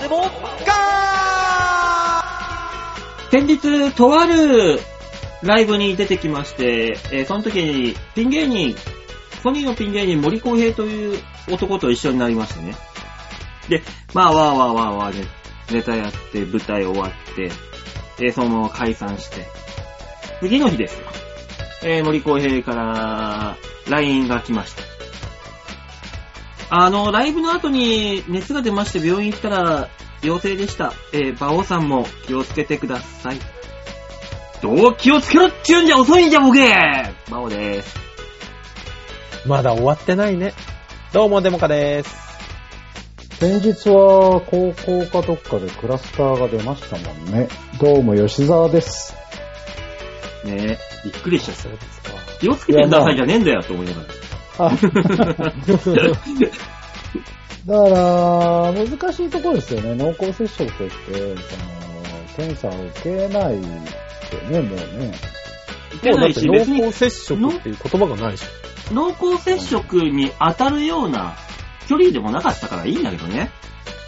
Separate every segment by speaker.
Speaker 1: でも、ガ
Speaker 2: 先日、とあるライブに出てきまして、えーその時にピン芸人、ソニーのピン芸人森公平という男と一緒になりましてね。で、まあ、わーわーわーわーで、ネタやって、舞台終わって、えーそのまま解散して、次の日ですよ。えー森公平から LINE が来ました。あの、ライブの後に熱が出まして病院行ったら陽性でした。えー、馬王さんも気をつけてください。どう気をつけろっちゅうんじゃ遅いんじゃボケ馬王でーす。
Speaker 3: まだ終わってないね。どうも、デモカです。
Speaker 4: 先日は高校かどっかでクラスターが出ましたもんね。どうも吉沢です。
Speaker 2: ねえ、びっくりしちゃった。
Speaker 3: うですか。
Speaker 2: 気をつけてくださいじゃねえんだよと思いながら。
Speaker 4: あ だから、難しいところですよね。濃厚接触として、その、検査を受けないってね、もうね。
Speaker 2: いけ
Speaker 3: もうだ
Speaker 2: な
Speaker 3: っ
Speaker 2: い
Speaker 3: て
Speaker 2: し、
Speaker 3: 濃
Speaker 2: 別に
Speaker 3: 厚接触っていう言葉がないし。
Speaker 2: 濃厚接触に当たるような距離でもなかったからいいんだけどね。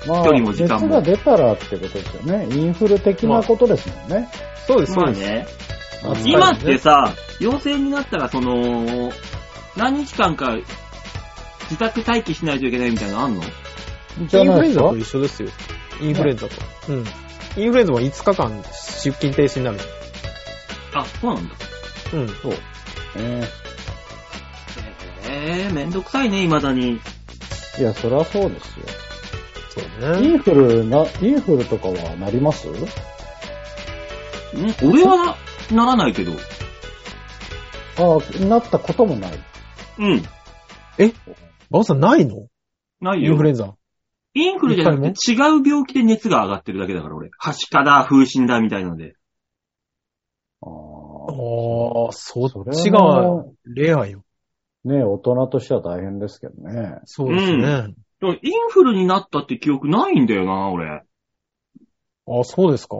Speaker 4: ま
Speaker 2: 距離も時間も
Speaker 4: 熱が出たらってことですよね。インフル的なことですもんね。
Speaker 3: そうです、そ
Speaker 2: まあ
Speaker 3: うです。
Speaker 2: ね。
Speaker 3: まあ
Speaker 2: 今ってさ、陽性になったらその、何日間か自宅待機しないといけないみたいなのあんの
Speaker 4: じゃ
Speaker 3: インフ
Speaker 4: な
Speaker 3: ル
Speaker 4: い
Speaker 3: エ
Speaker 4: で
Speaker 3: ンザ
Speaker 4: すか
Speaker 3: と一緒ですよ。インフルエンザと。うん。インフルエンザは5日間出勤停止になる。
Speaker 2: あ、そうなんだ。
Speaker 3: うん。
Speaker 4: そう。え
Speaker 2: えー、めんどくさいね、未だに。
Speaker 4: えいや、そりゃそうですよ。
Speaker 3: そう
Speaker 4: イ
Speaker 3: ね。
Speaker 4: ンフルな、インフルとかはなります
Speaker 2: ん俺はなならないけど。
Speaker 4: ああ、なったこともない。
Speaker 2: うん。
Speaker 3: バオさんないの
Speaker 2: ない
Speaker 3: イ
Speaker 2: よ
Speaker 3: ンフ。ルエンザ。
Speaker 2: インフルじゃなくて違う病気で熱が上がってるだけだから、俺。はしかだ、風疹だ、みたいなので。
Speaker 4: あ
Speaker 3: ああ
Speaker 4: あ。
Speaker 3: ー、そ
Speaker 4: そ
Speaker 3: っち
Speaker 4: れ
Speaker 3: が
Speaker 4: は
Speaker 3: レアよ。
Speaker 4: ね、大人としては大変ですけどね。
Speaker 3: そうですね。
Speaker 2: でもインフルになったって記憶ないんだよな、俺。
Speaker 3: あそうですか。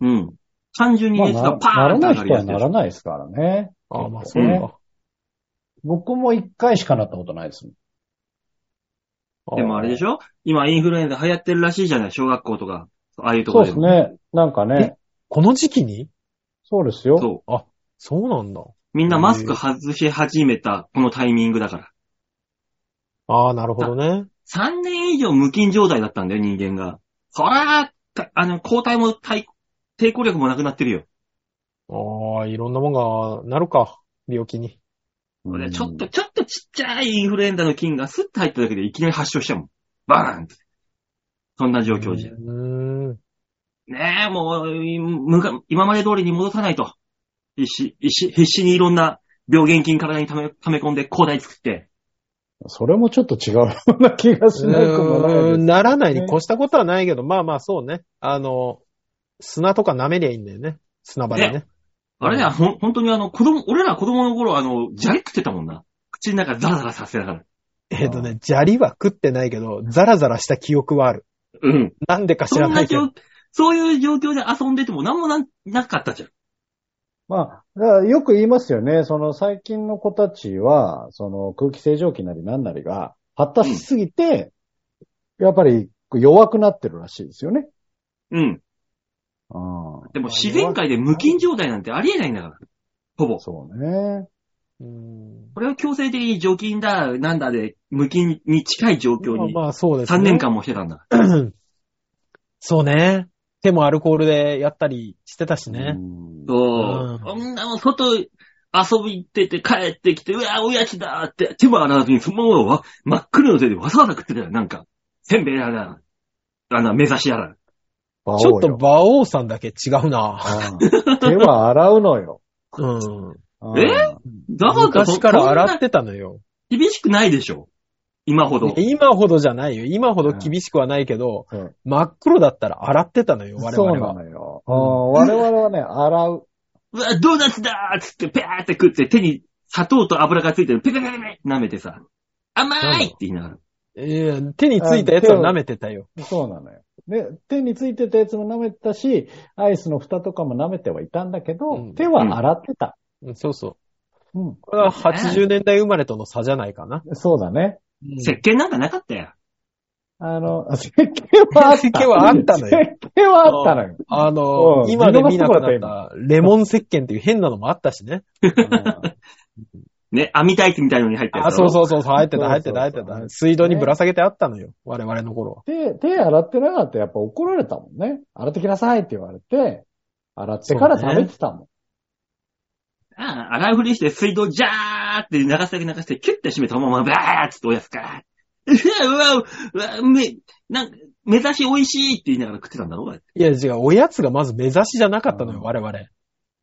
Speaker 2: うん。単純に熱
Speaker 4: まあ、
Speaker 2: が
Speaker 4: な
Speaker 2: パ
Speaker 4: な
Speaker 2: ーン
Speaker 4: ら
Speaker 2: って
Speaker 4: な
Speaker 2: 上がる
Speaker 4: い人
Speaker 2: や
Speaker 4: は
Speaker 2: つで
Speaker 4: な
Speaker 2: しょ
Speaker 4: らないですからね。
Speaker 3: ああ、まあそうか。
Speaker 4: 僕も一回しかなったことないですもん。
Speaker 2: でもあれでしょ今インフルエンザ流行ってるらしいじゃない小学校とか。ああいうとこ
Speaker 4: そう
Speaker 2: ろ
Speaker 4: で
Speaker 2: ですも。
Speaker 4: ね。なんかね、
Speaker 3: この時期に
Speaker 4: そうですよ。
Speaker 2: そう。
Speaker 3: そうなんだ。
Speaker 2: みんなマスク外し始めた、このタイミングだから。
Speaker 3: ああ、なるほどね。
Speaker 2: 3年以上無菌状態だったんだよ、人間が。そら、たあの、抗体も対、抵抗力もなくなってるよ。
Speaker 3: ああ、いろんなもんがなるか。病気に。
Speaker 4: うん
Speaker 2: ちょっと、ちょっとちっちゃいインフルエンザの菌がスッと入っただけでいきなり発症しちゃうもん。バーンって。そんな状況じゃ
Speaker 3: う。ーん。
Speaker 2: ねえ、もう、いむか今まで通りに戻さないと。必死、必死、必死にいろんな病原菌体に溜め、溜め込んで抗体作って。
Speaker 4: それもちょっと違うような気がしなくもな
Speaker 3: うー
Speaker 4: い
Speaker 3: ん
Speaker 4: です。
Speaker 3: ならないに越したことはないけど、まあまあそうね。あの、砂とか舐めりゃいいんだよね。砂場でね。
Speaker 2: あれね、ほん、本当にあの、子供、俺ら子供の頃、あの、砂利食ってたもんな。口の中ザラザラさせながら。
Speaker 3: えっ、とね、砂利は食ってないけど、ザラザラした記憶はある。
Speaker 2: うん。
Speaker 3: なんでか知
Speaker 2: そ
Speaker 3: ら
Speaker 2: ん
Speaker 3: な
Speaker 2: ない
Speaker 3: け
Speaker 2: 状
Speaker 3: ど。、
Speaker 2: そういう状況で遊んでても何もなんなかったじゃん。
Speaker 4: まあ、だからよく言いますよね。その最近の子たちは、その空気清浄機なりなんなりが発達しすぎて、やっぱり弱くなってるらしいですよね。
Speaker 2: うん。
Speaker 4: ああ
Speaker 2: でも自然界で無菌状態なんてありえないんだから。ほぼ。
Speaker 4: そうね。
Speaker 3: うん
Speaker 2: これは強制的に除菌だ、なんだで、無菌に近い状況に
Speaker 3: まあまあそうですね。
Speaker 2: 3年間もしてたんだ。
Speaker 3: そうね。手もアルコールでやったりしてたしね。
Speaker 4: うん
Speaker 2: そう。
Speaker 3: う
Speaker 2: こんなもん外遊び行ってて帰ってきて、うわ、おやつだって手も洗わずにそのままわ真っ黒の手でわざわざ食ってたよ。なんか、せんべいやら、あの、目指しやら。
Speaker 4: 馬王よ
Speaker 3: ちょっと馬王さんだけ違うな。
Speaker 4: うん手は洗うのよ。
Speaker 3: うん。
Speaker 4: うん
Speaker 2: えだから
Speaker 3: 昔から洗っ
Speaker 2: そん
Speaker 3: てたのよ。
Speaker 2: な厳しくないでしょ。今ほど。
Speaker 3: 今ほどじゃないよ。今ほど厳しくはないけど、
Speaker 4: うん
Speaker 3: 真っ黒だったら洗ってたのよ、我
Speaker 4: そう
Speaker 3: 々
Speaker 4: な
Speaker 3: は。
Speaker 4: のよ。うん我々はね、洗う。
Speaker 2: うわ、ドーナツだーっつって、ペーって食って、手に砂糖と油がついてる、ペペペペペ舐めてさ、甘いって言いながら。
Speaker 3: ええ手についたやつは舐めてたよ。
Speaker 4: そうなのよ。で、手についてたやつも舐めてたし、アイスの蓋とかも舐めてはいたんだけど、
Speaker 3: うん
Speaker 4: 手は洗ってた。
Speaker 3: うんそうそう。
Speaker 4: うん。
Speaker 3: これは80年代生まれとの差じゃないかな。
Speaker 4: そうだね。
Speaker 2: 石鹸なんかなかったよ。
Speaker 4: あの、 石鹸はあった。
Speaker 3: 石鹸はあったのよ
Speaker 4: 石鹸はあったのよ。
Speaker 3: あの、
Speaker 4: うん
Speaker 3: 今で見なくなったレモン石鹸っていう変なのもあったしね。
Speaker 2: ね、網タイツみたいのに入ったやつ。
Speaker 3: あ、そうそうそうそう、入ってた、入ってた、入っ
Speaker 4: そ
Speaker 3: て
Speaker 4: うそうそう
Speaker 3: た。水道にぶら下げてあったのよ。我々の頃は。
Speaker 4: 手、手洗ってなかったらやっぱ怒られたもんね。洗ってきなさいって言われて、洗ってから食べてたもん。
Speaker 2: ああ洗いふりして水道ジャーって流すだけ流して、キュッて閉めたまま、バーッつっておやつか。うわ、うわ、うわ、め、なんか、目指し美味しいって言いながら食ってたんだろう
Speaker 3: いや、違う、おやつがまず目指しじゃなかったのよ
Speaker 4: う、ん
Speaker 3: 我々。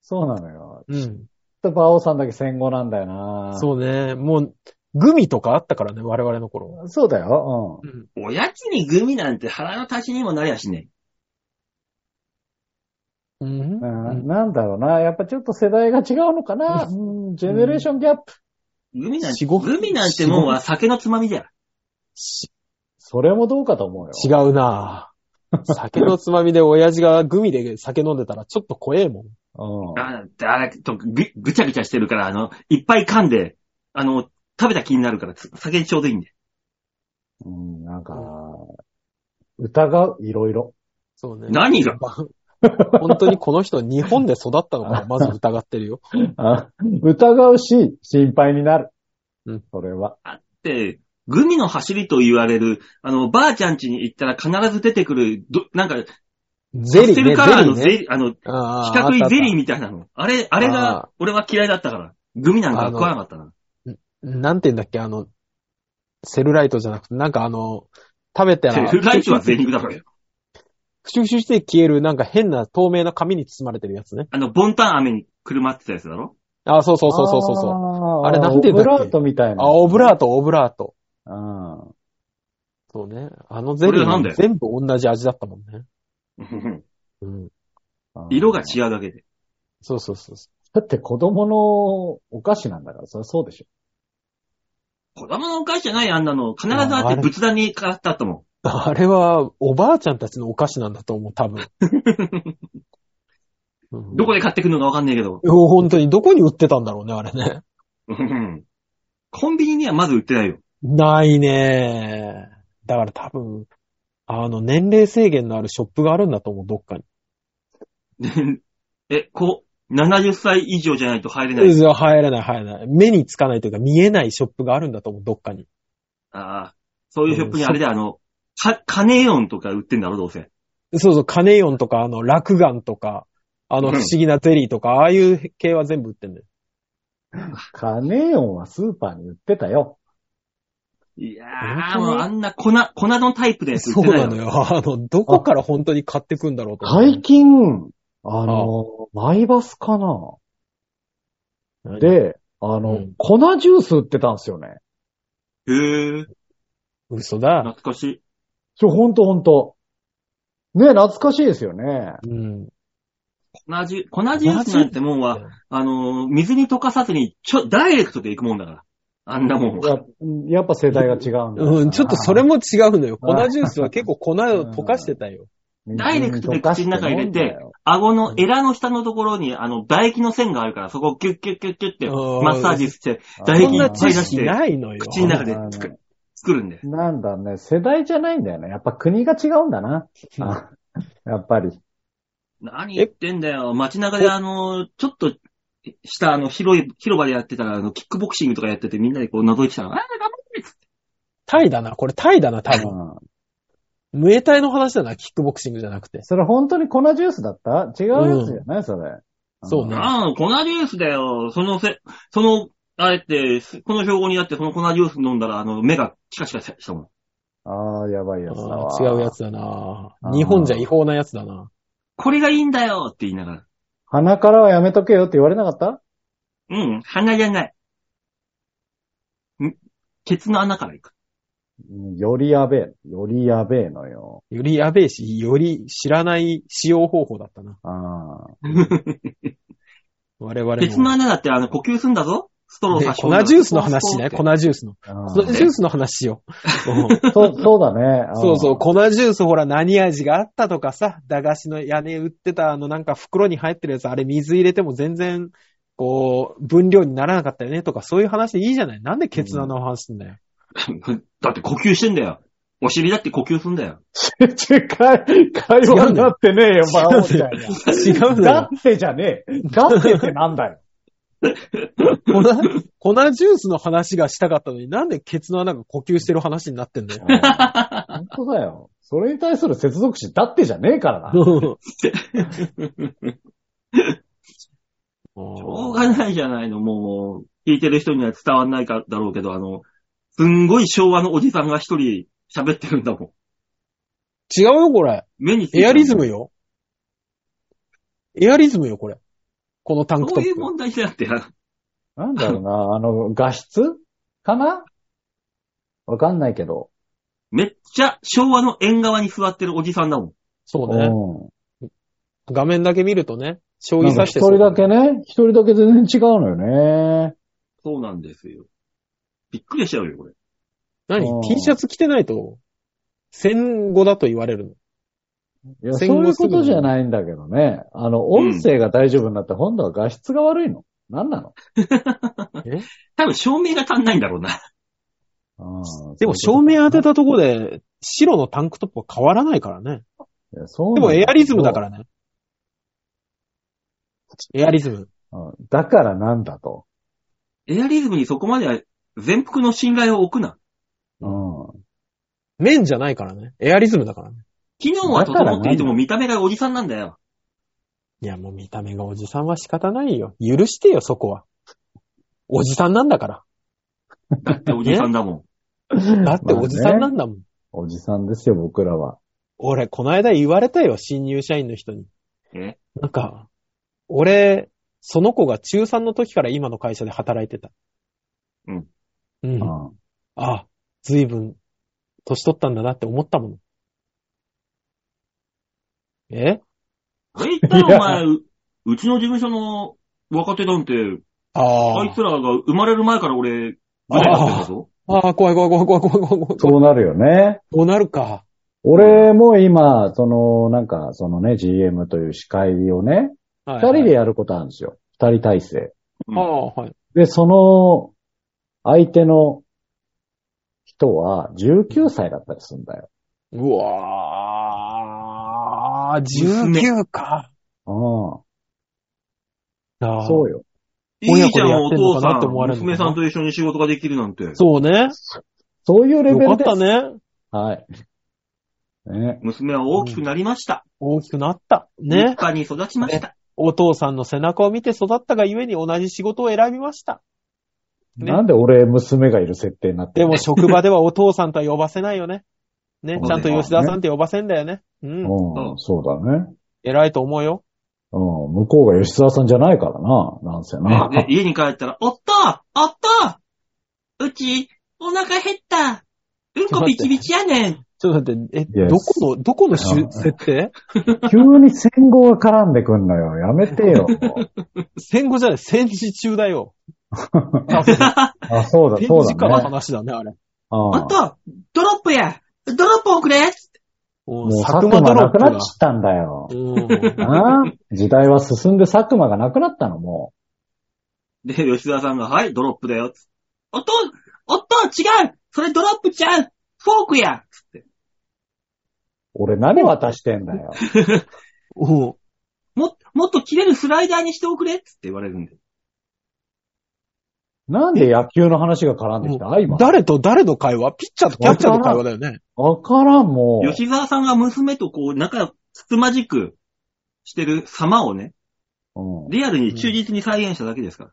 Speaker 4: そうなのよ。
Speaker 3: うん。
Speaker 4: ちょっとバオさんだけ戦後なんだよな
Speaker 3: そうね、もう、グミとかあったからね、我々の頃は。
Speaker 4: う。そうだよ。
Speaker 3: うん。
Speaker 2: おやつにグミなんて腹の足しにもなりゃしね
Speaker 3: うん
Speaker 4: うん。うんなんだろうな。やっぱちょっと世代が違うのかな。うん、ジェネレーションギャップ。
Speaker 2: え。グミなん
Speaker 3: 四
Speaker 2: て、
Speaker 3: 五
Speaker 2: グミなんてもんは酒のつまみじゃ。
Speaker 3: し
Speaker 4: それもどうかと思うよ。
Speaker 3: 違うなぁ酒のつまみで親父がグミで酒飲んでたらちょっと怖えもん。
Speaker 4: うん。
Speaker 2: あああれとぐ、ぐちゃぐちゃしてるから、あの、いっぱい噛んで、あの、食べた気になるから、つ酒ちょうどいいんで。
Speaker 4: うん、なんか、疑う、いろいろ。
Speaker 3: そうね。
Speaker 2: 何が
Speaker 3: 本当にこの人日本で育ったのかまず疑ってるよ。
Speaker 4: あ疑うし、心配になる。
Speaker 3: うん。
Speaker 4: それは。
Speaker 2: って、グミの走りと言われる、あの、ばあちゃん家に行ったら必ず出てくる、ど、なんか、
Speaker 3: ゼリ
Speaker 2: パステ
Speaker 3: ー
Speaker 2: ル
Speaker 3: ね、ゼ
Speaker 2: カラー
Speaker 3: リー
Speaker 2: のゼリ
Speaker 3: ね。
Speaker 2: ー、あの、
Speaker 3: あ
Speaker 2: 四
Speaker 3: ー
Speaker 2: 角いゼリー
Speaker 3: あっ
Speaker 2: みたいなの。あれ、あれ
Speaker 3: あ
Speaker 2: が、俺は嫌いだったから。グミなんか食わなかったな。
Speaker 3: たあったなんて言うんだっけ、あの、セルライトじゃなくて、なんかあの、食べたら、
Speaker 2: セルライトは全肉だからよ。
Speaker 3: クシュクシュして消える、なんか変な透明な紙に包まれてるやつね。
Speaker 2: あの、ボンタン飴にくるまってたやつだろ
Speaker 3: あー、そうそうそうそうそうそう。
Speaker 4: う
Speaker 3: あれなんて言うんだっけ
Speaker 4: オブラートみたいな。
Speaker 3: あ、オブラート、オブラート。
Speaker 4: うん。
Speaker 3: そうね。あのゼリ
Speaker 2: これなんだ
Speaker 3: ー
Speaker 2: よ
Speaker 3: 全部同じ味だったもんね。うん。
Speaker 4: うん
Speaker 2: 色が違うだけで。
Speaker 3: そうそうそうそ
Speaker 4: だって子供のお菓子なんだから、それそうでしょ。
Speaker 2: 子供のお菓子じゃない、あんなの。必ずあって仏壇に買ってあったも
Speaker 3: う。 あれは、おばあちゃんたちのお菓子なんだと思う、多 分。うん
Speaker 2: ん。どこで買ってくるのかわかんないけど。
Speaker 3: お本当に、どこに売ってたんだろうね、あれね。
Speaker 2: うんコンビニにはまず売ってないよ。
Speaker 3: ないねだから多分、あの、年齢制限のあるショップがあるんだと思う、どっかに。
Speaker 2: え、こう、70歳以上じゃないと入れな
Speaker 3: う
Speaker 2: い。
Speaker 3: ず入れない、入れない。目につかないというか、見えないショップがあるんだと思う、どっかに。
Speaker 2: ああ、そういうショップにあれで、あの、か、カネオンとか売ってんだろ、どうせ。
Speaker 3: そうそう、カネヨンとか、あの、落眼とか、あの、
Speaker 2: うん
Speaker 3: 不思議なゼリーとか、ああいう系は全部売ってんだよ。
Speaker 4: カネオンはスーパーに売ってたよ。
Speaker 2: いや
Speaker 3: 本
Speaker 2: ー、
Speaker 3: 当に
Speaker 2: もうあんな粉、粉のタイプのやつ売
Speaker 3: そ
Speaker 2: っ
Speaker 3: う
Speaker 2: てない
Speaker 3: な
Speaker 2: よ。
Speaker 3: のよ。あの、どこから本当に買ってくんだろうと思う。
Speaker 4: 最近、あの、マイバスかな
Speaker 3: 何
Speaker 4: で、あの、
Speaker 3: うん
Speaker 4: 粉ジュース売ってたんですよね。
Speaker 2: へー、
Speaker 3: 嘘だ。
Speaker 2: 懐かしい。
Speaker 4: ちょ、ほんとほんと。ね懐かしいですよね。
Speaker 3: うん。
Speaker 2: 粉ジュ、粉ジュースなんてもんは、あのー、水に溶かさずに、ちょ、ダイレクトでいくもんだから。あんなもんは。
Speaker 4: ややっぱ世代が違うんだ。
Speaker 3: うん、ちょっとそれも
Speaker 4: も、
Speaker 3: 違うのよ。粉ジュースは結構粉を溶かしてたよ。
Speaker 2: ダイレクトで口の中入れて、顎のエラの下のところに、あの、唾液の線があるから、そこをキュッキュッキュッキュッって、
Speaker 3: うん
Speaker 2: マッサージして、唾
Speaker 3: そ
Speaker 2: 液
Speaker 3: ん
Speaker 2: い
Speaker 3: な
Speaker 2: っぱ
Speaker 3: 知
Speaker 2: い出し
Speaker 3: 識
Speaker 2: て、
Speaker 3: ないのよ。
Speaker 2: 口の中で
Speaker 4: うん
Speaker 2: 作作るんだよ。
Speaker 4: なんだね、世代じゃないんだよね。やっぱ国が違うんだな。あ やっぱり。
Speaker 2: 何言ってんだよ。街中であの、ちょっと、したあの、広い、広場でやってたら、あの、キックボクシングとかやってて、みんなでこう覗いてたら、あー、頑張ってっつって
Speaker 3: タイだな。これタイだな、多分。
Speaker 4: うん
Speaker 3: ムエタイの話だな、キックボクシングじゃなくて。
Speaker 4: それ本当に粉ジュースだった違うやつじゃない、それ。
Speaker 3: そうね
Speaker 2: ああ、粉ジュースだよ。そのせ、その、あれって、この標語にあって、その粉ジュース飲んだら、あの、目がチカチカしたもん。
Speaker 4: ああ、やばいやつだ
Speaker 3: あ
Speaker 4: わ。
Speaker 3: ー違うや。つだな
Speaker 4: あ。ー
Speaker 3: 日本じゃ違法なやつだな。
Speaker 2: これがいいんだよって言いながら。
Speaker 4: 鼻からはやめとけよって言われなかった
Speaker 2: うん、鼻じゃない。んケツの穴から行く。
Speaker 4: うんよりやべえ。よりやべえのよ。
Speaker 3: よりやべえし、より知らない使用方法だったな。
Speaker 4: あ
Speaker 3: 我々も。
Speaker 2: ケツの穴だって、あの、呼吸すんだぞ。ストロー
Speaker 3: ね
Speaker 2: 差し込んだら
Speaker 3: 粉ジュースの話しない
Speaker 2: ス
Speaker 3: 粉
Speaker 2: ポーツ
Speaker 3: ジュースの。
Speaker 4: あああ
Speaker 3: 粉ジュースの話しよう。うん
Speaker 4: あそう、そうだね。ああ
Speaker 3: そうそう、粉ジュースほら何味があったとかさ、駄菓子の屋根売ってたあのなんか袋に入ってるやつ、あれ水入れても全然、こう、分量にならなかったよねとか、そういう話でいいじゃないなんでケツ穴の話すんだよ。
Speaker 2: ってだって呼吸してんだよ。お尻だって呼吸すんだよ。
Speaker 4: 会、会話になってねえよ、バオみたい
Speaker 3: 違う
Speaker 4: な。
Speaker 3: のよ
Speaker 4: だ。ってじゃねえ。だってってなんだよ。
Speaker 3: 粉、粉ジュースの話がしたかったのに、なんでケツの穴が呼吸してる話になってんのよ。
Speaker 4: 本当だよ。それに対する接続詞、だってじゃねえから な。
Speaker 2: しょうがないじゃないの、もう、聞いてる人には伝わんないかだろうけど、あの、すんごい昭和のおじさんが一人喋ってるんだもん。
Speaker 3: 違うよ、これ。
Speaker 2: 目についち
Speaker 3: エ
Speaker 2: ゃう
Speaker 3: アリズムよ。エアリズムよ、これ。このタンク
Speaker 2: そ
Speaker 3: ト
Speaker 2: うい
Speaker 3: ッ
Speaker 2: う
Speaker 3: プ。
Speaker 2: 問題じゃなくて、 あ
Speaker 4: なんだろうな、あの、画質かなわかんないけど。
Speaker 2: めっちゃ昭和の縁側に座ってるおじさんだもん。
Speaker 3: そうね。
Speaker 4: うん
Speaker 3: 画面だけ見るとね、将棋
Speaker 4: なんか
Speaker 3: 指し
Speaker 4: 一
Speaker 3: てそう
Speaker 4: 人だけね、一人だけ全然違うのよね。
Speaker 2: そうなんですよ。びっくりしちゃうよ、これ。
Speaker 3: 何
Speaker 4: うん
Speaker 3: ?T シャツ着てないと、戦後だと言われるの。
Speaker 4: いや、
Speaker 3: 戦
Speaker 4: そうい
Speaker 3: 後
Speaker 4: う
Speaker 3: すぐ
Speaker 4: こ
Speaker 3: に
Speaker 4: とじゃないんだけどね。あの、
Speaker 2: うん
Speaker 4: 音声が大丈夫になって、今度は画質が悪いの。なんなの
Speaker 2: 多分照明が足んないんだろうな。
Speaker 4: うん
Speaker 3: でも照明当てたとこで、白のタンクトップは変わらないからね。
Speaker 4: いやそう
Speaker 3: で
Speaker 4: なんだ
Speaker 3: もエアリズムだからね。エアリズム。
Speaker 4: うんだからなんだと。
Speaker 2: エアリズムにそこまでは全幅の信頼を置くな。
Speaker 4: うん。
Speaker 3: 面じゃないからね。エアリズムだからね。
Speaker 2: 機能は整っていても見た目がおじさんなんだよ。
Speaker 3: いや、もう見た目がおじさんは仕方ないよ。許してよ、そこは。おじさんなんだから。
Speaker 2: だっておじさんだも
Speaker 3: だっておじさんなんだもん。
Speaker 4: おじさんですよ、僕らは。
Speaker 3: 俺、この間言われたよ、新入社員の人に。
Speaker 2: ん。え
Speaker 3: なんか、俺、その子が中3の時から今の会社で働いてた。
Speaker 2: うん。
Speaker 3: うん。あ
Speaker 4: うん
Speaker 3: あ、ずいぶん、年取ったんだなって思ったもの。え
Speaker 2: それ言った
Speaker 4: いや
Speaker 2: らお前、ううちの事務所の若手なんて、
Speaker 3: あ
Speaker 2: あいつらが生まれる前から俺、ぐらいだったんだぞ。
Speaker 3: ああ、怖い怖い怖い怖い怖い怖い怖い。
Speaker 4: そうなるよね。
Speaker 3: こうなるか。
Speaker 4: 俺も今、その、なんか、そのね、GM という司会をね、
Speaker 3: 二
Speaker 4: 二人でやることあるんですよ。二人体制。
Speaker 3: ああ、はい。
Speaker 4: で、その、相手の人は19歳だったりするんだよ。
Speaker 3: うわー、
Speaker 2: 娘
Speaker 3: 19か。
Speaker 4: う
Speaker 3: ああ
Speaker 4: ん。そうよ。
Speaker 2: いいじゃん、
Speaker 3: 親
Speaker 2: お
Speaker 3: 子でやってんの
Speaker 2: 父
Speaker 3: か
Speaker 2: さ
Speaker 3: なって
Speaker 2: ん、
Speaker 3: 思われるのかな
Speaker 2: 娘さんと一緒に仕事ができるなんて。
Speaker 3: そうね。
Speaker 4: そういうレ
Speaker 3: よ
Speaker 4: ベ
Speaker 3: か
Speaker 4: ル
Speaker 3: っ
Speaker 4: で
Speaker 3: た
Speaker 4: す。
Speaker 3: ね。
Speaker 4: はい。ね。
Speaker 2: 娘は大きくなりました。
Speaker 3: 大きくなった。
Speaker 2: 立
Speaker 3: ね。
Speaker 2: 派に育ちました。
Speaker 3: お父さんの背中を見て育ったがゆえに同じ仕事を選びました。ね
Speaker 4: なんで俺、娘がいる設定になって
Speaker 3: で
Speaker 4: る
Speaker 3: も職場ではお父さんとは呼ばせないよね。ね。
Speaker 4: そう
Speaker 3: ち
Speaker 4: だ
Speaker 3: ゃん
Speaker 4: よ
Speaker 3: と吉田さんって呼ばせんだよね。うん。
Speaker 4: のうん、そうだね。
Speaker 3: 偉いと思うよ。
Speaker 4: うん、向こうが吉沢さんじゃないからな、なんせな。
Speaker 2: ねで家に帰ったら、おっとおっとうち、お腹減ったうんこビチビチやねん
Speaker 3: ちょっと待って、え、
Speaker 4: Yes
Speaker 3: どこの、どこのしゅ
Speaker 4: あ
Speaker 3: 設定
Speaker 4: 急に戦後が絡んでくんのよ。やめて よ。
Speaker 3: 戦後じゃない、戦時中だよ。
Speaker 4: あ、そうだ、
Speaker 3: 戦
Speaker 4: そう
Speaker 3: 時下の
Speaker 4: だね。
Speaker 3: 話だね、あれ。
Speaker 2: おっとドロップやドロップをくれ
Speaker 3: う
Speaker 4: うんん、もう
Speaker 3: 佐久
Speaker 4: 佐
Speaker 3: 間
Speaker 4: 久間
Speaker 3: ドロ
Speaker 4: な
Speaker 3: ップ
Speaker 4: く
Speaker 3: が
Speaker 4: なっちゃったんだよ。
Speaker 3: うん
Speaker 4: なあ時代は進んで佐久間がなくなったの、も
Speaker 2: で、吉沢さんが、はい、ドロップだよ。おっとおっと違うそれドロップちゃうフォークや
Speaker 4: う。俺何渡してんだ よ。
Speaker 3: うん。
Speaker 2: も、もっと切れるスライダーにしておくれつって言われるんで。
Speaker 4: なんで野球の話が絡んできたあ、今。
Speaker 3: 誰と誰の会話ピッチャーとキャッチャーの会話だよね。
Speaker 4: わからん、もう。
Speaker 2: 吉沢さんが娘とこう、仲、つつまじくしてる様をね、
Speaker 4: うん
Speaker 2: リアルに忠実に再現しただけですから。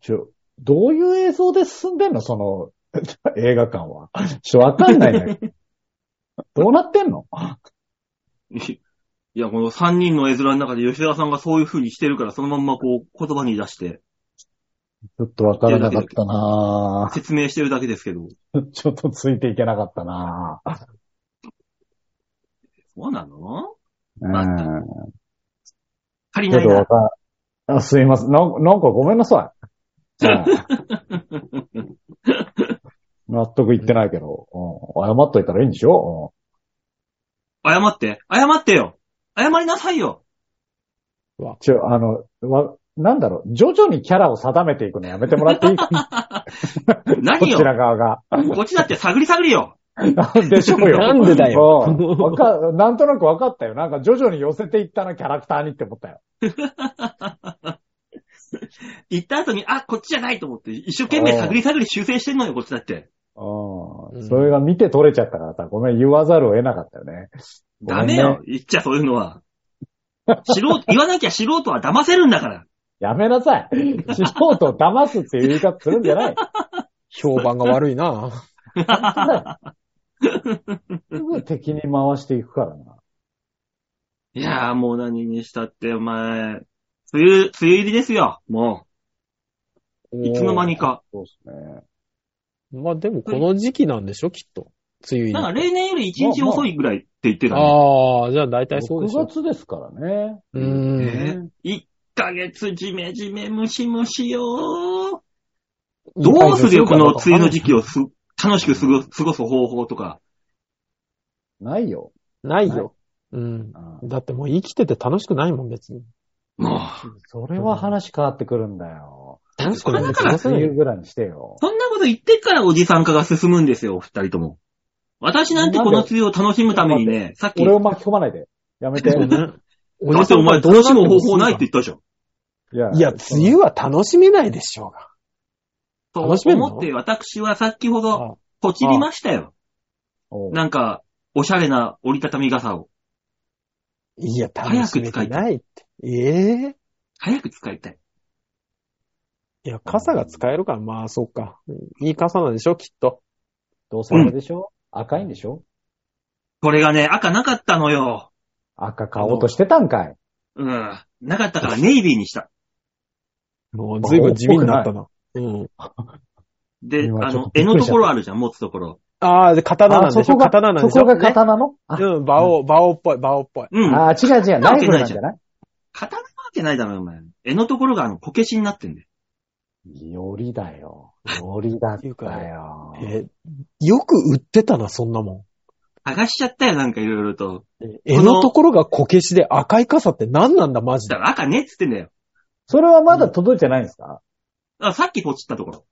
Speaker 4: ちょ、どういう映像で進んでんのその、 映画館は。ちょ、わかんないね。 どうなってんの
Speaker 2: いや、この3人の絵面の中で吉沢さんがそういう風にしてるから、そのまんまこう、言葉に出して
Speaker 4: ちょっとわからなかったな
Speaker 2: 説明してるだけですけど。
Speaker 4: ぁ。 ちょっとついていけなかったなぁ。
Speaker 2: そうなの
Speaker 4: うん。
Speaker 2: 足り
Speaker 4: ち
Speaker 2: な
Speaker 4: ょっ
Speaker 2: い
Speaker 4: とわ
Speaker 2: な。
Speaker 4: かあ、すいません。なんなんかごめんなさ い。うん納得いってないけど、うん、謝っといたらいいんでしょ、
Speaker 2: 謝って謝ってよ謝りなさいよ
Speaker 4: うん、ちょ、あの、わ、なんだろう、徐々にキャラを定めていくのやめてもらって いいこ
Speaker 2: 何よ
Speaker 4: ちら側 が。
Speaker 2: こっちだって探り探りよ。
Speaker 4: でしょうよ。
Speaker 3: なんでだよ
Speaker 4: うんわか、なんとなくわかったよ。なんか徐々に寄せていったな、キャラクターにって思ったよ。
Speaker 2: 行った後に、あ、こっちじゃないと思って、一生懸命探り探り修正してんのよ、こっちだって。
Speaker 4: う
Speaker 3: うん
Speaker 4: ん。それが見て取れちゃったからさ、ごめん、言わざるを得なかったよね。ご
Speaker 2: ダ
Speaker 4: めん
Speaker 2: メ
Speaker 4: ね
Speaker 2: よ、言っちゃそういうの は。素人、言わなきゃ素人は騙せるんだから。
Speaker 4: やめなさい。 素人を騙すっていう言い方するんじゃない。
Speaker 3: 評判が悪い な。
Speaker 4: すぐ敵に回していくからな。
Speaker 2: いやーもう何にしたって、お前、梅雨、梅雨入りですよ、もう。いつの間にか。
Speaker 4: そうですね。
Speaker 3: まあでもこの時期なんでしょ、きっと。梅雨
Speaker 2: なんか
Speaker 3: 入り。
Speaker 2: 例年より1日遅いぐらいって言ってたね。
Speaker 3: ああ、じゃあ大体そうでし
Speaker 4: 6
Speaker 3: ょ。
Speaker 4: 月ですからね。
Speaker 3: う
Speaker 2: ね
Speaker 3: ん。
Speaker 2: 1ヶ月じめじめムシムシよー。どうするよ、この梅雨の時期をす楽しく過ご過ごす方法とか。
Speaker 4: ないよ。
Speaker 3: ないよ。うん。
Speaker 4: うん
Speaker 3: だってもう生きてて楽しくないもん、別に。
Speaker 2: もう、
Speaker 4: それは話変わってくるんだよ。
Speaker 3: 楽しくない
Speaker 2: だか
Speaker 3: 過
Speaker 2: ら
Speaker 3: ごせ
Speaker 4: そう
Speaker 3: ない
Speaker 4: い
Speaker 3: よ
Speaker 4: うぐらいにしてよ。
Speaker 2: そんなこと言ってからおじさん化が進むんですよ、お二人とも。私なんてこの梅雨を楽しむためにね、さっき、
Speaker 4: 俺
Speaker 2: だ
Speaker 4: を巻き込まないで。やめて。
Speaker 3: そうね。
Speaker 2: ってお前
Speaker 3: じさ
Speaker 2: ど
Speaker 3: ん
Speaker 2: うしても方法ないって言ったじゃん。
Speaker 4: いや
Speaker 3: いや、梅雨は楽しめないでしょうが。
Speaker 2: と
Speaker 3: 楽しめんの
Speaker 2: 思って私は先ほ
Speaker 3: あ
Speaker 2: ど、ポチりましたよ。
Speaker 4: おう
Speaker 2: なんか、おしゃれな折りたたみ傘を。
Speaker 3: いや、楽しめてないって。ええ
Speaker 2: 早く使いたい。
Speaker 3: いや、傘が使えるから、まあ、そうか。いい傘なんでしょ、きっと。
Speaker 4: どうせあれでしょ、赤いんでしょ
Speaker 2: これがね、赤なかったのよ。
Speaker 4: 赤買おうとしてたんかい。
Speaker 2: うん。なかったからネイビーにした。
Speaker 3: もう、ずいぶん地味になったな。うん。
Speaker 2: で、
Speaker 4: 今
Speaker 2: あ
Speaker 4: ちょっ
Speaker 2: の
Speaker 4: と、び
Speaker 2: 絵
Speaker 4: っく
Speaker 2: の
Speaker 4: り
Speaker 2: と
Speaker 4: しちゃった
Speaker 2: ころあるじゃん、持つところ。
Speaker 3: ああ、で、刀なん
Speaker 4: そ
Speaker 3: でしょ、
Speaker 4: こが、
Speaker 3: 刀なん
Speaker 4: そ
Speaker 3: でしょ。
Speaker 4: こが
Speaker 3: ね
Speaker 4: 刀のあ、
Speaker 3: うん、馬王、馬王っぽい、馬王っぽい。
Speaker 2: うん。
Speaker 4: あー、違う違う。ナイフなんじゃない
Speaker 2: 刀なわけないだろ、お前。絵のところがあの、こけしになってんだよ。
Speaker 4: よりだよ。よりだっ
Speaker 3: っていうか
Speaker 4: たよ。
Speaker 3: えーよく売ってたな、そんなも
Speaker 2: 剥がしちゃったよ、なんかいろいろと。
Speaker 3: ん。絵のところがこけしで赤い傘って何なんだ、マジ
Speaker 2: だ
Speaker 3: で。
Speaker 2: から赤ねっつってんだよ。
Speaker 4: それはまだ届いてないんですか、
Speaker 2: あ、さっきポチったところ。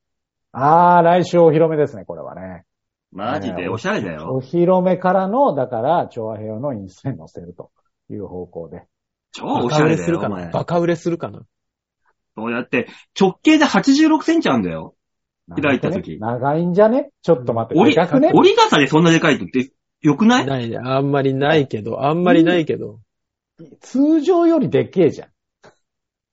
Speaker 4: あー、来週お披露目ですね、これはね。
Speaker 2: マジ
Speaker 4: ね
Speaker 2: で、
Speaker 4: え
Speaker 2: おしゃれだよ
Speaker 4: お。披露目からの、だから、調和平和のインスタに載せるという方向で。
Speaker 2: 超お
Speaker 3: バカ
Speaker 2: しゃ
Speaker 3: 売
Speaker 2: れ
Speaker 3: れ
Speaker 2: だ
Speaker 3: する
Speaker 2: よ、
Speaker 3: か
Speaker 2: お
Speaker 3: な。
Speaker 2: 前。
Speaker 3: バカ売れするかな。
Speaker 2: そうやって、直径で86センチあるんだよ。開いた時
Speaker 4: 長いんじゃねちょっと待って。
Speaker 2: 折
Speaker 4: でかくね
Speaker 2: り、折り傘でそんなでかいのって、よくない
Speaker 3: ない、あんまりないけど、あんまりないけど。
Speaker 4: 通常よりでっけえじゃん。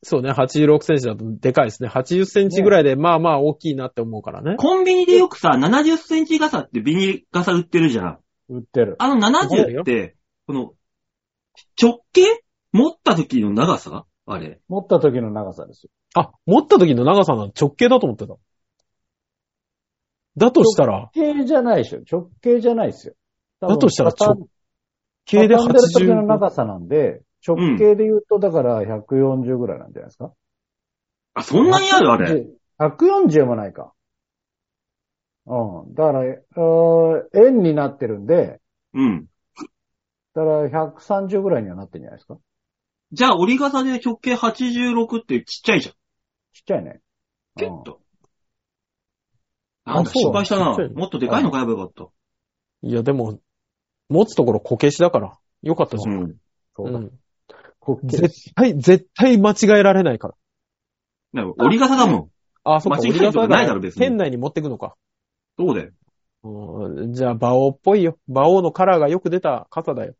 Speaker 3: そうね、86センチだとでかいですね。80センチぐらいで、まあまあ大きいなって思うからね。
Speaker 2: コンビニでよくさ、70センチ傘ってビニール傘売ってるじゃん。
Speaker 4: 売ってる。
Speaker 2: あの70って、この、直径持った時の長さあれ。
Speaker 4: 持った時の長さですよ。
Speaker 3: あ、持った時の長さなの直径だと思ってた。だとしたら、
Speaker 4: 直径じゃないでしょ。直径じゃないですよ。多分
Speaker 3: だとしたら
Speaker 4: 畳
Speaker 3: 径で
Speaker 4: 畳んでる時の
Speaker 3: 80。
Speaker 4: 長さなんで、直径で言うと、だから140ぐらいなんじゃないですか、
Speaker 2: あ、そんなにあるあれ。
Speaker 4: 140もないか。うん。だから、えー円になってるんで、
Speaker 2: うん。
Speaker 4: だから130ぐらいにはなってるんじゃないですか
Speaker 2: じゃあ折り傘で直径86ってちっちゃいじゃん。
Speaker 4: ちっちゃいね。
Speaker 2: キュ
Speaker 4: うん
Speaker 2: ッと。なんだ、
Speaker 3: あそ
Speaker 2: 失
Speaker 3: う
Speaker 2: 敗したな
Speaker 3: ちっちゃい。ね
Speaker 2: もっとでかいの買えばよかった。
Speaker 3: いや、でも、持つところこけしだから。よかったじゃん。
Speaker 2: ん。
Speaker 4: そう
Speaker 3: う
Speaker 4: だ。
Speaker 3: ん。
Speaker 4: こっち
Speaker 3: 絶対、絶対間違えられないから。
Speaker 2: なんか折り傘だもん。
Speaker 3: あ、そっか、
Speaker 2: 間違え
Speaker 3: 折
Speaker 2: る
Speaker 3: り
Speaker 2: こと
Speaker 3: 傘
Speaker 2: ないだろ別に
Speaker 3: 店内に持ってくのか。
Speaker 2: そうだよ。
Speaker 3: うんじゃあ、馬王っぽいよ。馬王のカラーがよく出た傘だよ。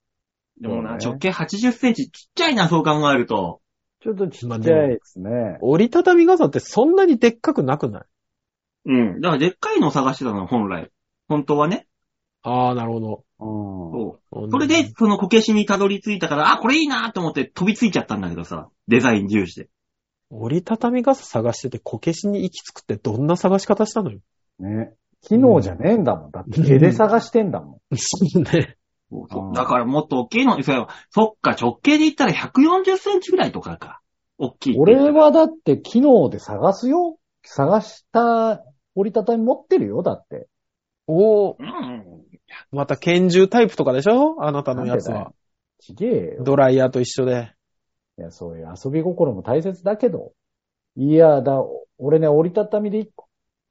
Speaker 2: でもな、
Speaker 4: そう
Speaker 2: 直
Speaker 4: ね
Speaker 2: 径80センチちっちゃいな、そう考えると。
Speaker 4: ちょっとちっちゃいですね。
Speaker 3: 折りたたみ傘ってそんなにでっかくなくない
Speaker 2: うん。だからでっかいのを探してたの、本来。本当はね。
Speaker 3: ああ、なるほど。
Speaker 4: うん。
Speaker 2: そう。
Speaker 3: うん
Speaker 2: それで、、そのこけしにたどり着いたから、あ、これいいなと思って飛びついちゃったんだけどさ。デザイン重視で。
Speaker 3: 折りたたみ傘探しててこけしに行き着くってどんな探し方したのよ。
Speaker 4: ね。機能じゃねえんだもん。だって絵で探してんだもん。
Speaker 3: そうね。
Speaker 2: そうそう
Speaker 4: あー
Speaker 2: だからもっと大きいのに、そうそっか、直径で言ったら140センチぐらいとかか。大きいって言ったら。
Speaker 4: 俺はだって機能で探すよ。探した折りたたみ持ってるよ。だって。
Speaker 3: おお、
Speaker 2: うん。
Speaker 3: また拳銃タイプとかでしょあなたのやつ
Speaker 4: なん
Speaker 3: は。
Speaker 4: ちげえよ。
Speaker 3: ドライヤーと一緒で。
Speaker 4: いや、そういう遊び心も大切だけど、いや、だ、俺ね、折りたたみで一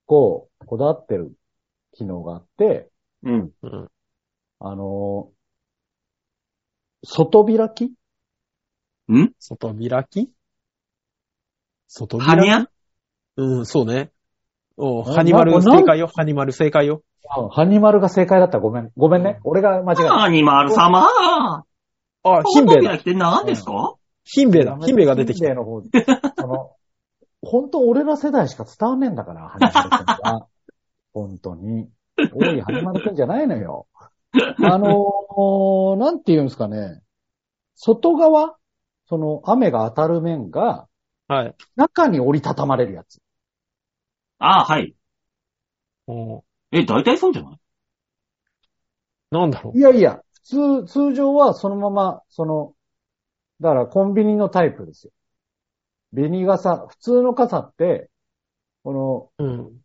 Speaker 4: 個、こだわってる機能があって、
Speaker 2: うん。
Speaker 3: うん。
Speaker 4: あのー外開き
Speaker 2: ん
Speaker 3: 外開き外
Speaker 2: は
Speaker 3: 開
Speaker 2: に
Speaker 3: き
Speaker 2: ゃ
Speaker 3: うん、そうね。おう
Speaker 4: な
Speaker 3: ハニマル
Speaker 4: な
Speaker 3: 正解よ、ハニマル正解よ。
Speaker 4: あハニマルが正解だった。ごめん。ごめんね。俺が間違えた。
Speaker 2: アニマル様
Speaker 3: あ、ヒンベイだ。
Speaker 2: って何ですか
Speaker 3: ヒンベイだ。ヒンベイが出てき
Speaker 4: ヒ
Speaker 3: た
Speaker 4: ン。ベイの方。その、 本当俺ら世代しか伝わんねえんだから、ハニマルくん は。本当に。おい、ハニマルくんじゃないのよ。あのーなんて言うんですかね。外側その、雨が当たる面が、
Speaker 3: はい。
Speaker 4: 中に折りたたまれるやつ。
Speaker 2: ああ、はい。
Speaker 3: おう
Speaker 2: え、大体そうじゃない
Speaker 3: なんだろ
Speaker 4: いやいや、普通、通常はそのまま、その、だからコンビニのタイプですよ。ビニ傘、普通の傘って、この
Speaker 3: う。うん。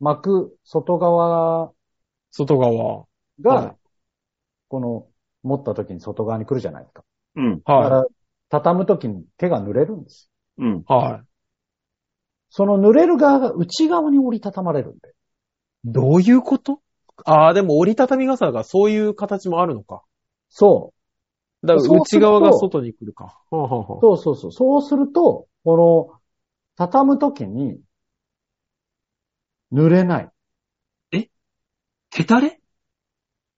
Speaker 4: 膜、外側
Speaker 3: 外側。はい
Speaker 4: が、この、持った時に外側に来るじゃないですか。
Speaker 2: うん。
Speaker 4: だか
Speaker 3: は
Speaker 4: ら、畳む時に手が濡れるんですよ。
Speaker 2: うん。
Speaker 3: い。はい。
Speaker 4: その濡れる側が内側に折りたたまれるんで。
Speaker 3: どういうことああ、でも折りたたみ傘がそういう形もあるのか。
Speaker 4: そ
Speaker 3: だか
Speaker 4: そ
Speaker 3: ら
Speaker 4: うす
Speaker 3: 内
Speaker 4: る
Speaker 3: 側
Speaker 4: と
Speaker 3: が外に来るか。はあはあ
Speaker 4: う。
Speaker 3: はあ
Speaker 4: そうそうそう。そうすると、この、畳む時に、濡れない。
Speaker 2: 手たれ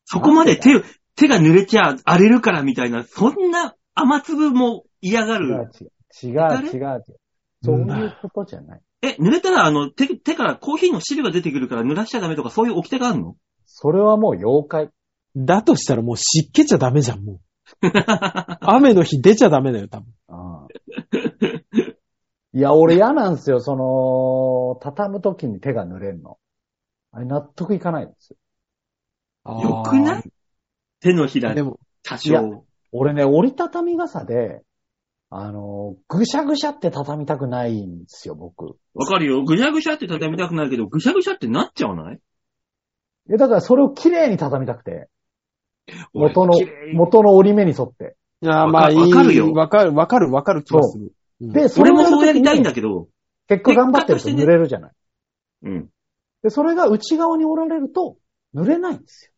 Speaker 2: そこまで手、手が濡れちゃ荒れるからみたいな、そんな雨粒も嫌が
Speaker 4: 違う
Speaker 2: る。
Speaker 4: 違う。違
Speaker 2: 誰
Speaker 4: う違う違う。そういうことじゃない。
Speaker 2: え、濡れたらあの、手、手からコーヒーの汁が出てくるから濡らしちゃダメとかそういう掟があるの
Speaker 4: それはもう妖怪。
Speaker 3: だとしたらもう湿気ちゃダメじゃん、 もう。雨の日出ちゃダメだよ、多分。
Speaker 4: いや、俺嫌なんですよ。その、畳むときに手が濡れるの。あれ、納得いかないんですよ。
Speaker 2: よくない手のひ
Speaker 3: あー
Speaker 2: ら
Speaker 3: で、も、
Speaker 2: 多
Speaker 4: いや
Speaker 2: 少。
Speaker 4: 俺ね、折りたたみ傘で、あのー、ぐしゃぐしゃって畳みたくないんですよ、僕。い
Speaker 2: わかるよ。ぐしゃぐしゃって畳みたくないけど、ぐしゃぐしゃってなっちゃわない
Speaker 4: や、だからそれを綺麗に畳みたくて。元の
Speaker 2: 俺綺麗、に
Speaker 4: 元の折り目に沿って。
Speaker 3: あー
Speaker 2: わか
Speaker 3: まあいい。
Speaker 2: わかるよ
Speaker 3: わかる、わかる、わかる気がする。うん
Speaker 4: で、それ
Speaker 2: 俺も
Speaker 4: を
Speaker 2: そうやりたいん
Speaker 4: る
Speaker 2: だけど、
Speaker 4: ときに結果頑張ってる
Speaker 2: 結
Speaker 4: と
Speaker 2: 果としてね
Speaker 4: 濡れるじゃない。
Speaker 2: うん。
Speaker 4: で、それが内側に折られると、濡れないんですよ。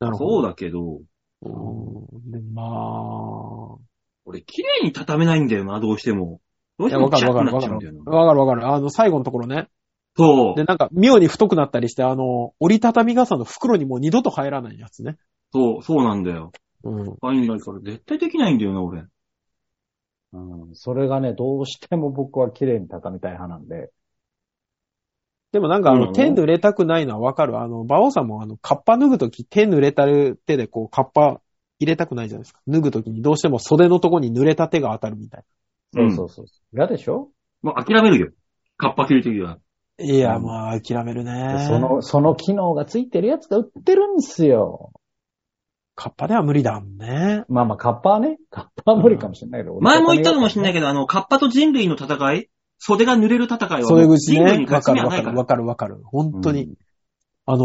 Speaker 3: なるほど。
Speaker 2: そうだけど、
Speaker 3: うんで、ま
Speaker 2: 俺綺麗に畳めないんだよな、どうしても。ど
Speaker 3: あ。
Speaker 2: う
Speaker 3: い
Speaker 2: して
Speaker 3: や、
Speaker 2: も
Speaker 3: わか
Speaker 2: ピシャ
Speaker 3: るわ
Speaker 2: ッ
Speaker 3: かるわ
Speaker 2: となっち
Speaker 3: か
Speaker 2: ゃうんだ
Speaker 3: る
Speaker 2: よ。な。
Speaker 3: わかるわかる。あの、最後のところね。
Speaker 2: そう
Speaker 3: で、。なんか、妙に太くなったりして、あの、折りたたみ傘の袋にもう二度と入らないやつね。
Speaker 2: そう、そうなんだよ。
Speaker 3: うん。
Speaker 2: ファインラインから絶対できないんだよな、俺。
Speaker 4: うん、それがね、どうしても僕は綺麗に畳みたい派なんで。
Speaker 3: でもなんか、あ
Speaker 2: う
Speaker 3: の、
Speaker 2: ん
Speaker 3: 手濡れたくないのはわかる。あの、馬王さんも、あの、カッパ脱ぐとき、手濡れたる手で、こう、カッパ入れたくないじゃないですか。脱ぐときにどうしても袖のとこに濡れた手が当たるみたい
Speaker 4: そううんそうそう。嫌でしょ、
Speaker 2: もう諦めるよ。カッパ切るときは。
Speaker 3: な。いや、
Speaker 4: うん
Speaker 3: まあ、諦めるね。
Speaker 4: そ、の、その機能がついてるやつが売ってるんですよ。
Speaker 3: カッパでは無理だもんね。
Speaker 4: まあまあ、カッパはね、カッパは無理かもしれないけど。
Speaker 2: 前も言ったかもしれない
Speaker 4: け
Speaker 2: けど、あの、カッパと人類の戦い袖が濡れる戦いは、
Speaker 3: 袖口
Speaker 2: 人類に
Speaker 3: ね。わ
Speaker 2: 勝ち
Speaker 3: か
Speaker 2: 目
Speaker 3: る
Speaker 2: は
Speaker 3: わ
Speaker 2: な
Speaker 3: か
Speaker 2: いか
Speaker 3: る
Speaker 2: ら
Speaker 3: わ。かるわかる。本当に。
Speaker 4: うん
Speaker 3: あの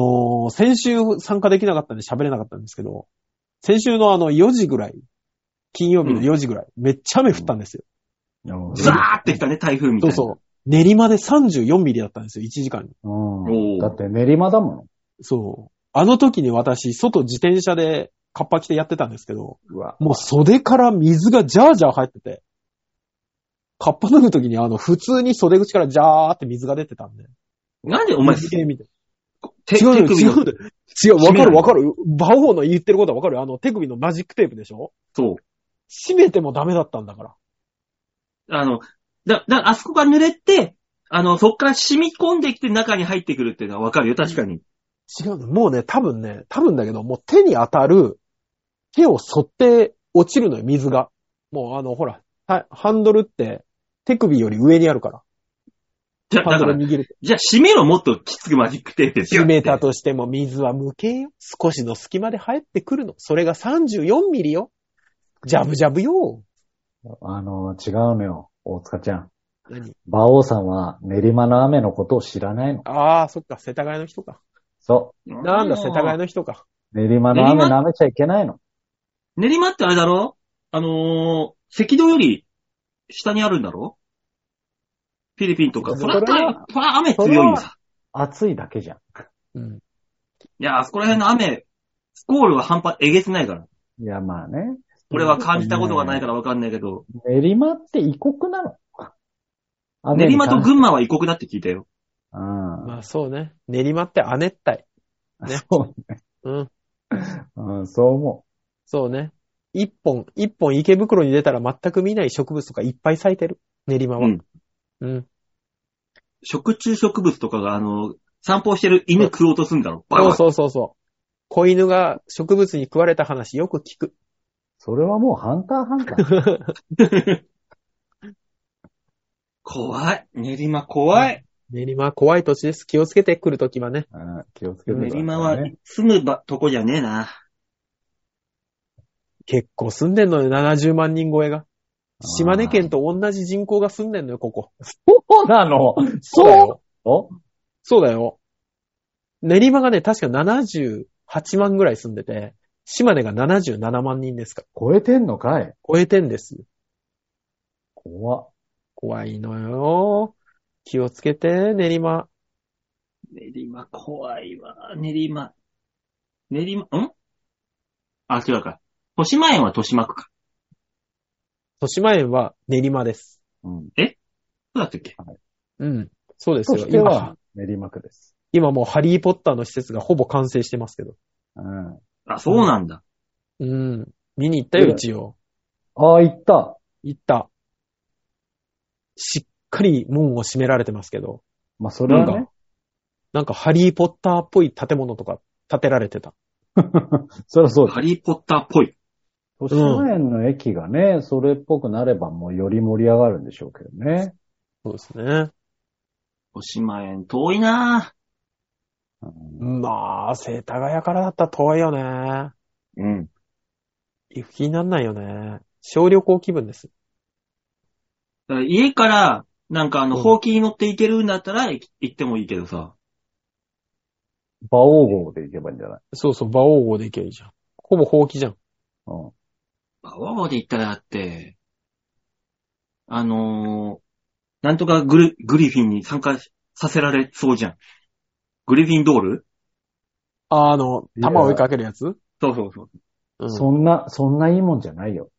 Speaker 3: ー先週参加できなかったんで喋れなかったんですけど、先週のあの4時ぐらい、金曜日の4時ぐらい、めっちゃ雨降ったんですよ。
Speaker 4: ど
Speaker 2: ザーってきたね、台風みた
Speaker 3: そ
Speaker 2: いうな。
Speaker 3: そう。練馬で34ミリだったんですよ、1時間に。
Speaker 4: うん。
Speaker 2: おー
Speaker 4: だって練馬だも
Speaker 3: そう。あの時に私、外自転車でカッパ着てやってたんですけど、
Speaker 4: の。うわ。
Speaker 3: もう袖から水がジャージャー入ってて、カッパ脱ぐ時にあの、普通に袖口からジャーって水が出てたんで。
Speaker 2: なんでお前、
Speaker 3: 水系みたいな
Speaker 2: 手
Speaker 3: 違う
Speaker 2: 手
Speaker 3: よ、
Speaker 2: 首
Speaker 3: 違う
Speaker 2: の
Speaker 3: よ。違う、わか
Speaker 2: 締めない
Speaker 3: るわかる。バオの言ってることはわかるよ。あの、手首のマジックテープでしょ
Speaker 2: そう。
Speaker 3: 締めてもダメだったんだから。
Speaker 2: あの、だ、だ、あそこが濡れて、あの、そっから染み込んできて中に入ってくるっていうのはわかるよ、確かに。
Speaker 3: 違うの。もうね、多分ね、多分だけど、もう手に当たる、手を沿って落ちるのよ、水が。もうあの、ほら、はハンドルって、手首より上にあるから。
Speaker 2: じゃ、
Speaker 3: ハ
Speaker 2: だ
Speaker 3: ン
Speaker 2: か
Speaker 3: ドル
Speaker 2: ら、
Speaker 3: 握ると。
Speaker 2: じゃあ締めろ、もっときつくマジックテープで
Speaker 3: 締めた
Speaker 2: と。
Speaker 3: としても水は無形よ。少しの隙間で入ってくるの。それが34ミリよ。ジャブジャブよ。
Speaker 4: あの、違うのよ。大塚ちゃん。
Speaker 3: 何
Speaker 4: 馬王さんは練馬の雨のことを知らないの。
Speaker 3: ああ、そっか、世田谷の人か。
Speaker 4: そ
Speaker 3: なんだ、世田谷
Speaker 2: の。
Speaker 3: の人か。
Speaker 4: う。練馬の
Speaker 2: 練馬
Speaker 4: 雨舐めちゃいけないの。
Speaker 2: 練馬ってあれだろあのー、赤道より下にあるんだろフィリピンとか。
Speaker 4: そ
Speaker 2: そら
Speaker 4: れは
Speaker 2: た、そら雨強いん
Speaker 4: それ
Speaker 2: さ。
Speaker 4: 暑いだけじゃん。
Speaker 3: うん。
Speaker 2: いや、あそこら辺の雨、スコールは半端、えげつないから。
Speaker 4: いや、まあね。
Speaker 2: 俺は感じたことがないからわかんないけど、
Speaker 4: 練馬って異国なの雨
Speaker 2: 練
Speaker 4: に
Speaker 2: 馬
Speaker 4: 関
Speaker 2: と群馬は異国だって聞いたよ。
Speaker 4: うん
Speaker 3: まあそうね。練馬って亜熱帯。
Speaker 4: そう
Speaker 3: うん。
Speaker 4: うん、そう思
Speaker 3: そうね。一本、一本池袋に出たら全く見ない植物とかいっぱい咲いてる。練馬は。
Speaker 2: うん
Speaker 3: うん。
Speaker 2: 食虫植物とかが、あの、散歩してる犬食おうとすんだろ。バ
Speaker 3: そう
Speaker 2: カ
Speaker 3: そうそうそう。子犬が植物に食われた話よく聞く。
Speaker 4: う。それはもうハンターハンター。
Speaker 2: 怖い。練馬怖い。
Speaker 3: 練馬は怖い土地です。気をつけてくるときはね。
Speaker 4: うん気をつけてください、ね。
Speaker 2: 練馬は住むばとこじゃねえな。
Speaker 3: 結構住んでんのよ、70万人超えが。島根県と同じ人口が住んでんのよ、ここ。
Speaker 4: そうなの
Speaker 3: そうだよ。
Speaker 4: お
Speaker 3: そうだよ。練馬がね、確か78万ぐらい住んでて、島根が77万人ですから。
Speaker 4: 超えてんのかい
Speaker 3: 超えてんです。
Speaker 4: 怖っ。
Speaker 3: 怖いのよ。気をつけて、練馬。
Speaker 2: 練馬怖いわ。練馬。練馬、んあ、違うか。豊島園は豊島区か。
Speaker 3: 豊島園は練馬です。
Speaker 4: うん。
Speaker 2: そうだったっけ
Speaker 3: うん。そうです
Speaker 4: そ
Speaker 3: よ。
Speaker 4: して
Speaker 3: 今
Speaker 4: は、、練馬区です。
Speaker 3: 今もうハリーポッターの施設がほぼ完成してますけど。
Speaker 4: うん。
Speaker 2: あ、そうなんだ。
Speaker 3: うん。見に行ったよ、
Speaker 4: うん
Speaker 3: 一応。
Speaker 4: ああ、行った。
Speaker 3: 行った。しっかり門を閉められてますけど、
Speaker 4: まあ、それは
Speaker 3: な
Speaker 4: ね
Speaker 3: ん。なんかハリーポッターっぽい建物とか建てられてた。
Speaker 4: そりゃそうだ。
Speaker 2: ハリーポッターっぽい。
Speaker 4: 豊島園の駅がね、それっぽくなればもうより盛り上がるんでしょうけどね。
Speaker 3: そうですね。
Speaker 2: 豊島園遠いな
Speaker 4: うん
Speaker 3: まあ、世田谷からだったら遠いよね。
Speaker 2: うん。
Speaker 3: 行く気になんないよね。小旅行気分です。
Speaker 2: だから家から、なんかあの、
Speaker 3: うん
Speaker 2: ほうきに乗って行けるんだったら行き行ってもいいけどさ。
Speaker 4: 馬王号で行けばいいんじゃない
Speaker 3: そうそう、馬王号で行けばいいじゃん。ほぼ放棄じゃん。
Speaker 4: うん。
Speaker 2: バオで行ったらだって、あのー、なんとかグリグリフィンに参加させられそうじゃん。グリフィンドール
Speaker 3: あの、玉を追いかけるやつ
Speaker 2: そうそうそう。
Speaker 3: うん。
Speaker 4: そんな、そんないいもんじゃないよ。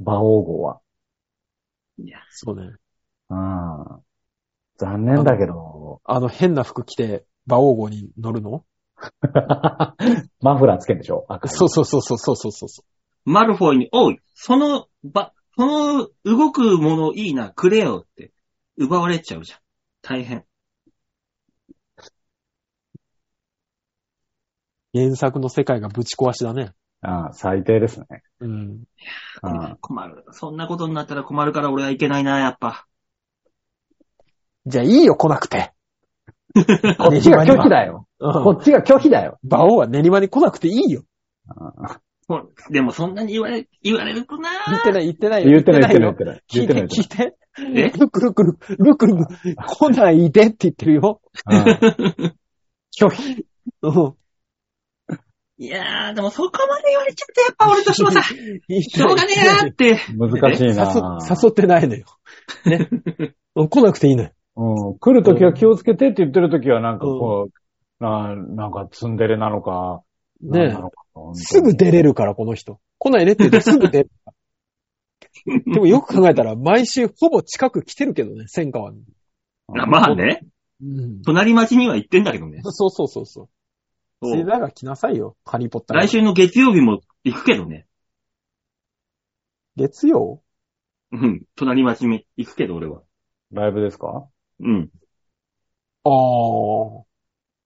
Speaker 4: 馬王号は。
Speaker 3: そうね。
Speaker 4: うん。残念だけ ど、
Speaker 3: あの、変な服着て、馬王号に乗るの
Speaker 4: マフラーつけんでしょ赤い。
Speaker 3: そうそうそうそうそうそうそう。
Speaker 2: マルフォイに、おい、その、ば、その動くものいいな、くれよって、奪われちゃうじゃん。大変。
Speaker 3: 原作の世界がぶち壊しだね。
Speaker 4: ああ最低ですね。
Speaker 3: うん。
Speaker 4: うん
Speaker 2: 困る。そんなことになったら困るから俺はいけないな、やっぱ。
Speaker 3: じゃあいいよ、来なくて。
Speaker 4: こっちが拒否だよ。
Speaker 3: うん
Speaker 4: こっちが拒否だよ。
Speaker 3: 馬王は練馬に来なくていいよ。
Speaker 2: ほらでもそんなに言われ、言われるとな
Speaker 3: 言ってない、言ってないよ。
Speaker 4: 言ってない、言ってない、言
Speaker 3: よ
Speaker 4: ってな
Speaker 3: 聞
Speaker 4: い。言
Speaker 3: い
Speaker 4: ってな
Speaker 3: て、
Speaker 4: い。
Speaker 3: 聞いて。
Speaker 2: え
Speaker 3: ルクルクルク、ルクルク、来ないでって言ってるよ。
Speaker 4: 拒否。
Speaker 3: うん。
Speaker 2: いやー、でもそこまで言われちゃって、やっぱ俺としてもさ、し
Speaker 3: し
Speaker 2: ょうがねえなーって。
Speaker 4: 難しいな
Speaker 3: 誘ってないのよ。ね。うん来なくていいのよ。
Speaker 4: うん。来るときは気をつけてって言ってるときはなんかこう、な、なんかツンデレなのか、なん
Speaker 3: ね
Speaker 4: なのか
Speaker 3: え。すぐ出れるから、この人。来ないでって言ってすぐ出る。でもよく考えたら、毎週ほぼ近く来てるけどね、戦火は。
Speaker 2: あまあ。ね、
Speaker 3: うん。
Speaker 2: 隣町には行ってんだけどね。
Speaker 3: そうそうそうそう。
Speaker 2: そう
Speaker 3: 世田が来なさいよ、ハリーポッター。
Speaker 2: 来。週の月曜日も行くけどね。
Speaker 3: 月曜
Speaker 2: うん、隣町に行くけど俺は。
Speaker 4: ライブですか
Speaker 2: うん。
Speaker 3: ああ。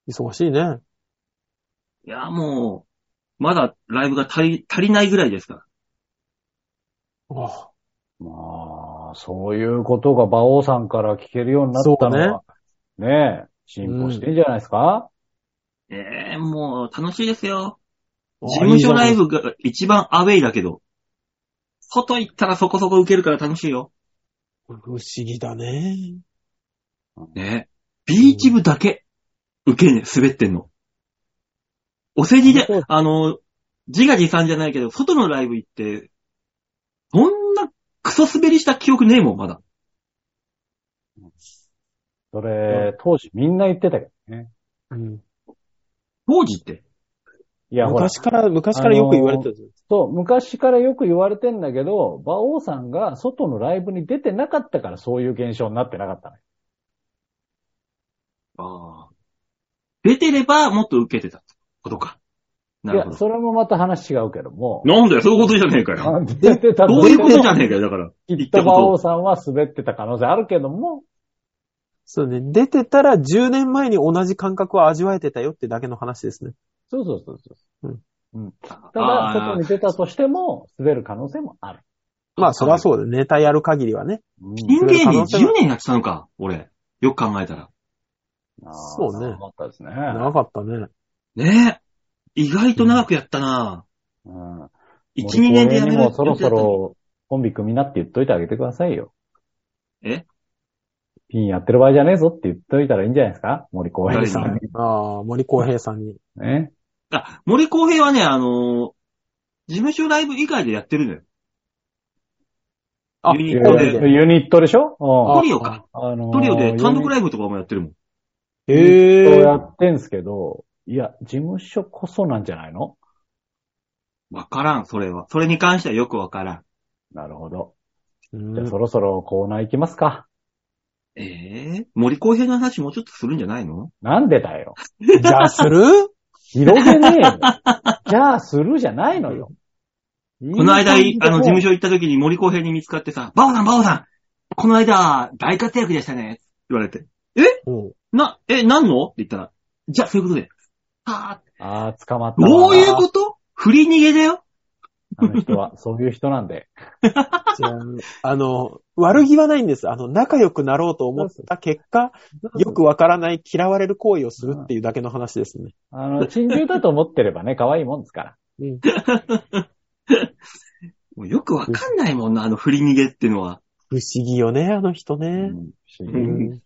Speaker 3: 忙しいね。
Speaker 2: いや、もう、まだライブが足り、足りないぐらいですから。
Speaker 3: あ
Speaker 4: まあ、そういうことが馬王さんから聞けるようになったのは、ねえ、進歩してんじゃないですか、
Speaker 2: ええもう、楽しいですよ。
Speaker 3: あ
Speaker 2: 事務所ライ
Speaker 3: ブ。
Speaker 2: ブが一番アウェイだけど、外行ったらそこそこ受けるから楽しいよ。
Speaker 3: 不思議だね。
Speaker 2: ねビーチ部だけ、受けに滑ってんの。お世辞で
Speaker 3: そう、
Speaker 2: あの、自画自賛じゃないけど、外のライブ行って、そんなクソ滑りした記憶ねえもん、まだ。
Speaker 4: それ、当時みんな言ってたけどね。
Speaker 3: うん
Speaker 2: 当時って。
Speaker 4: いや、ほら、
Speaker 3: 昔から、昔からよく言われてたんですよ。
Speaker 4: そう、昔からよく言われてんだけど、馬王さんが外のライブに出てなかったからそういう現象になってなかったのよ。
Speaker 2: ああ。出てればもっと受けてた。ことか。ないるほ
Speaker 4: や、
Speaker 2: ど。
Speaker 4: それもまた話違うけども。
Speaker 2: なんだよ、そういうことじゃねえかよ。
Speaker 4: あ 出てた
Speaker 2: どういうことじ
Speaker 4: ゃ
Speaker 2: ゃねえかよ、だから。
Speaker 4: きっと馬王さんは滑ってた可能性あるけども、
Speaker 3: そうね。出てたら10年前に同じ感覚を味わえてたよってだけの話ですね。
Speaker 4: そうそうそうそう。うん。た
Speaker 2: あ
Speaker 4: だ、
Speaker 2: ー
Speaker 4: 外に出たとしても、滑る可能性もある。
Speaker 3: まあ、そらそうで、ネタやる限りはね。
Speaker 4: うん
Speaker 2: ピン芸人10年やってたのか、俺。よく考えたら。
Speaker 4: あー
Speaker 3: そうね
Speaker 4: 思ったですね。
Speaker 3: 長かったね。
Speaker 2: ねえ。意外と長くやったな
Speaker 4: うん。
Speaker 2: ぁ。1、2年でやめる
Speaker 4: 森公園にもそろそ。ろコンビ組みなって言っといてあげてくださいよ。
Speaker 2: え
Speaker 4: ピンやってる場合じゃねえぞって言っといたらいいんじゃないですか森公園さんに。
Speaker 3: ああ、森公平さんに。
Speaker 4: ね。
Speaker 2: あ、森公平はね、あのー事務所ライブ以外でやってるのよ。
Speaker 3: あ、
Speaker 2: ユニ
Speaker 4: ユ
Speaker 2: ットで
Speaker 3: コンビで
Speaker 4: ニットでしょ
Speaker 2: ト
Speaker 4: う
Speaker 2: リオか。
Speaker 4: ん。あのー
Speaker 2: トリオで単独ライブとかもやってるもん。
Speaker 3: へ
Speaker 4: ユニッ
Speaker 3: え
Speaker 4: トや。ってんすけど、いや、事務所こそなんじゃないの
Speaker 2: わからん、それは。それに関してはよくわからん。
Speaker 4: なるほど。
Speaker 3: うん
Speaker 4: じゃあそろそろコーナー行きますか。
Speaker 2: ええ森公平の話もうちょっとするんじゃないの
Speaker 4: なんでだよ。
Speaker 3: じゃあ、する
Speaker 4: 広げねえ よ。じゃあ、するじゃないのよ。
Speaker 2: この間、あ
Speaker 4: いい感じで
Speaker 2: の、事務所行った時に森公平に見つかってさ、バオさん、バオさんこの間、大活躍でしたね言われて。
Speaker 3: うん
Speaker 2: な、え、なんのって言ったら、じゃあ、そういうことで。は
Speaker 4: ああ、捕まった
Speaker 2: ぁ、
Speaker 4: わ。
Speaker 2: どういうこと振り逃げだよ
Speaker 4: あの人は、そういう人なんで。
Speaker 3: じゃあ、あの、悪気はないんです。あの、仲良くなろうと思った結果、よくわからない嫌われる行為をするっていうだけの話ですね。
Speaker 4: あの、珍獣だと思ってればね、可愛いもんですから。
Speaker 3: うん。
Speaker 2: もうよくわかんないもんな、あの振り逃げってのは。
Speaker 3: 不思議よね、あの人
Speaker 4: う
Speaker 3: ね。
Speaker 4: ん不思
Speaker 3: う
Speaker 4: 議
Speaker 3: ん。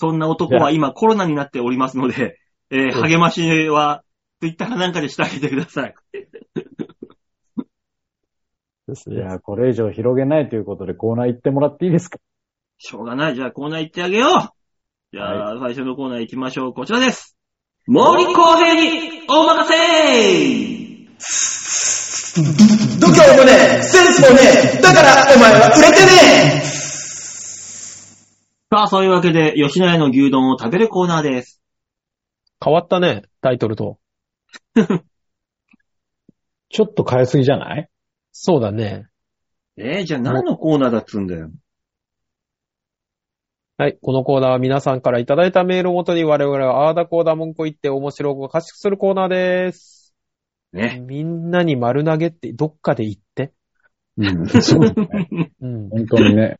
Speaker 2: そんな男は今コロナになっておりますので、えー
Speaker 3: うん
Speaker 2: 励ましは、ツイッターなんかでしてあげてください。
Speaker 3: です
Speaker 4: じ
Speaker 3: ね。
Speaker 4: ゃあ、これ以上広げないということでコーナー行ってもらっていいですか
Speaker 2: しょうがない。じゃあコーナー行ってあげようじゃあ、最初のコーナー行きましょう。こちらです。森公平にお任せ
Speaker 1: 度胸もねえ、センスもねえ、だからお前は売れてねえ
Speaker 2: さあ、そういうわけで、吉野家の牛丼を食べるコーナーです。
Speaker 3: 変わったね、タイトル と。
Speaker 4: ちょっと変えすぎじゃない
Speaker 3: そうだね。
Speaker 2: えー、じゃあ何のコーナーだっつうんだよ。
Speaker 3: はい。このコーナーは皆さんからいただいたメールをもとに我々はアーダコーダ文句を言って面白く賢くするコーナーです。
Speaker 2: ね。
Speaker 3: みんなに丸投げってどっかで言って。
Speaker 4: うん、 そうですね。
Speaker 3: うん。
Speaker 4: 本当にね。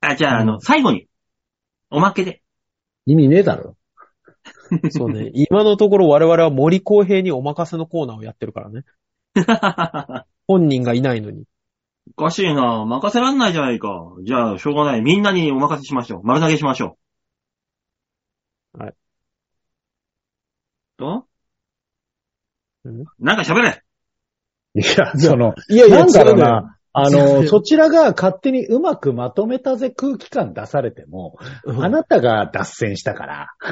Speaker 2: あ、じゃあ、あの、最後に、おまけで。
Speaker 4: 意味ねえだろ。
Speaker 3: そう ね。今のところ我々は森公平にお任せのコーナーをやってるからね。本人がいないのに。
Speaker 2: おかしいな任せらんないじゃないか。じゃあ、しょうがない。みんなにお任せしましょう。丸投げしましょう。
Speaker 3: はい。
Speaker 2: と
Speaker 3: ん
Speaker 2: なんか喋れ
Speaker 4: いや、その、
Speaker 3: いや
Speaker 4: なんだろ
Speaker 3: 違
Speaker 4: う
Speaker 3: うのよ
Speaker 4: な。あ
Speaker 3: 違う
Speaker 4: の、
Speaker 3: よ
Speaker 4: そちらが勝手にうまくまとめたぜ空気感出されても、
Speaker 3: うん
Speaker 4: あなたが脱線したから、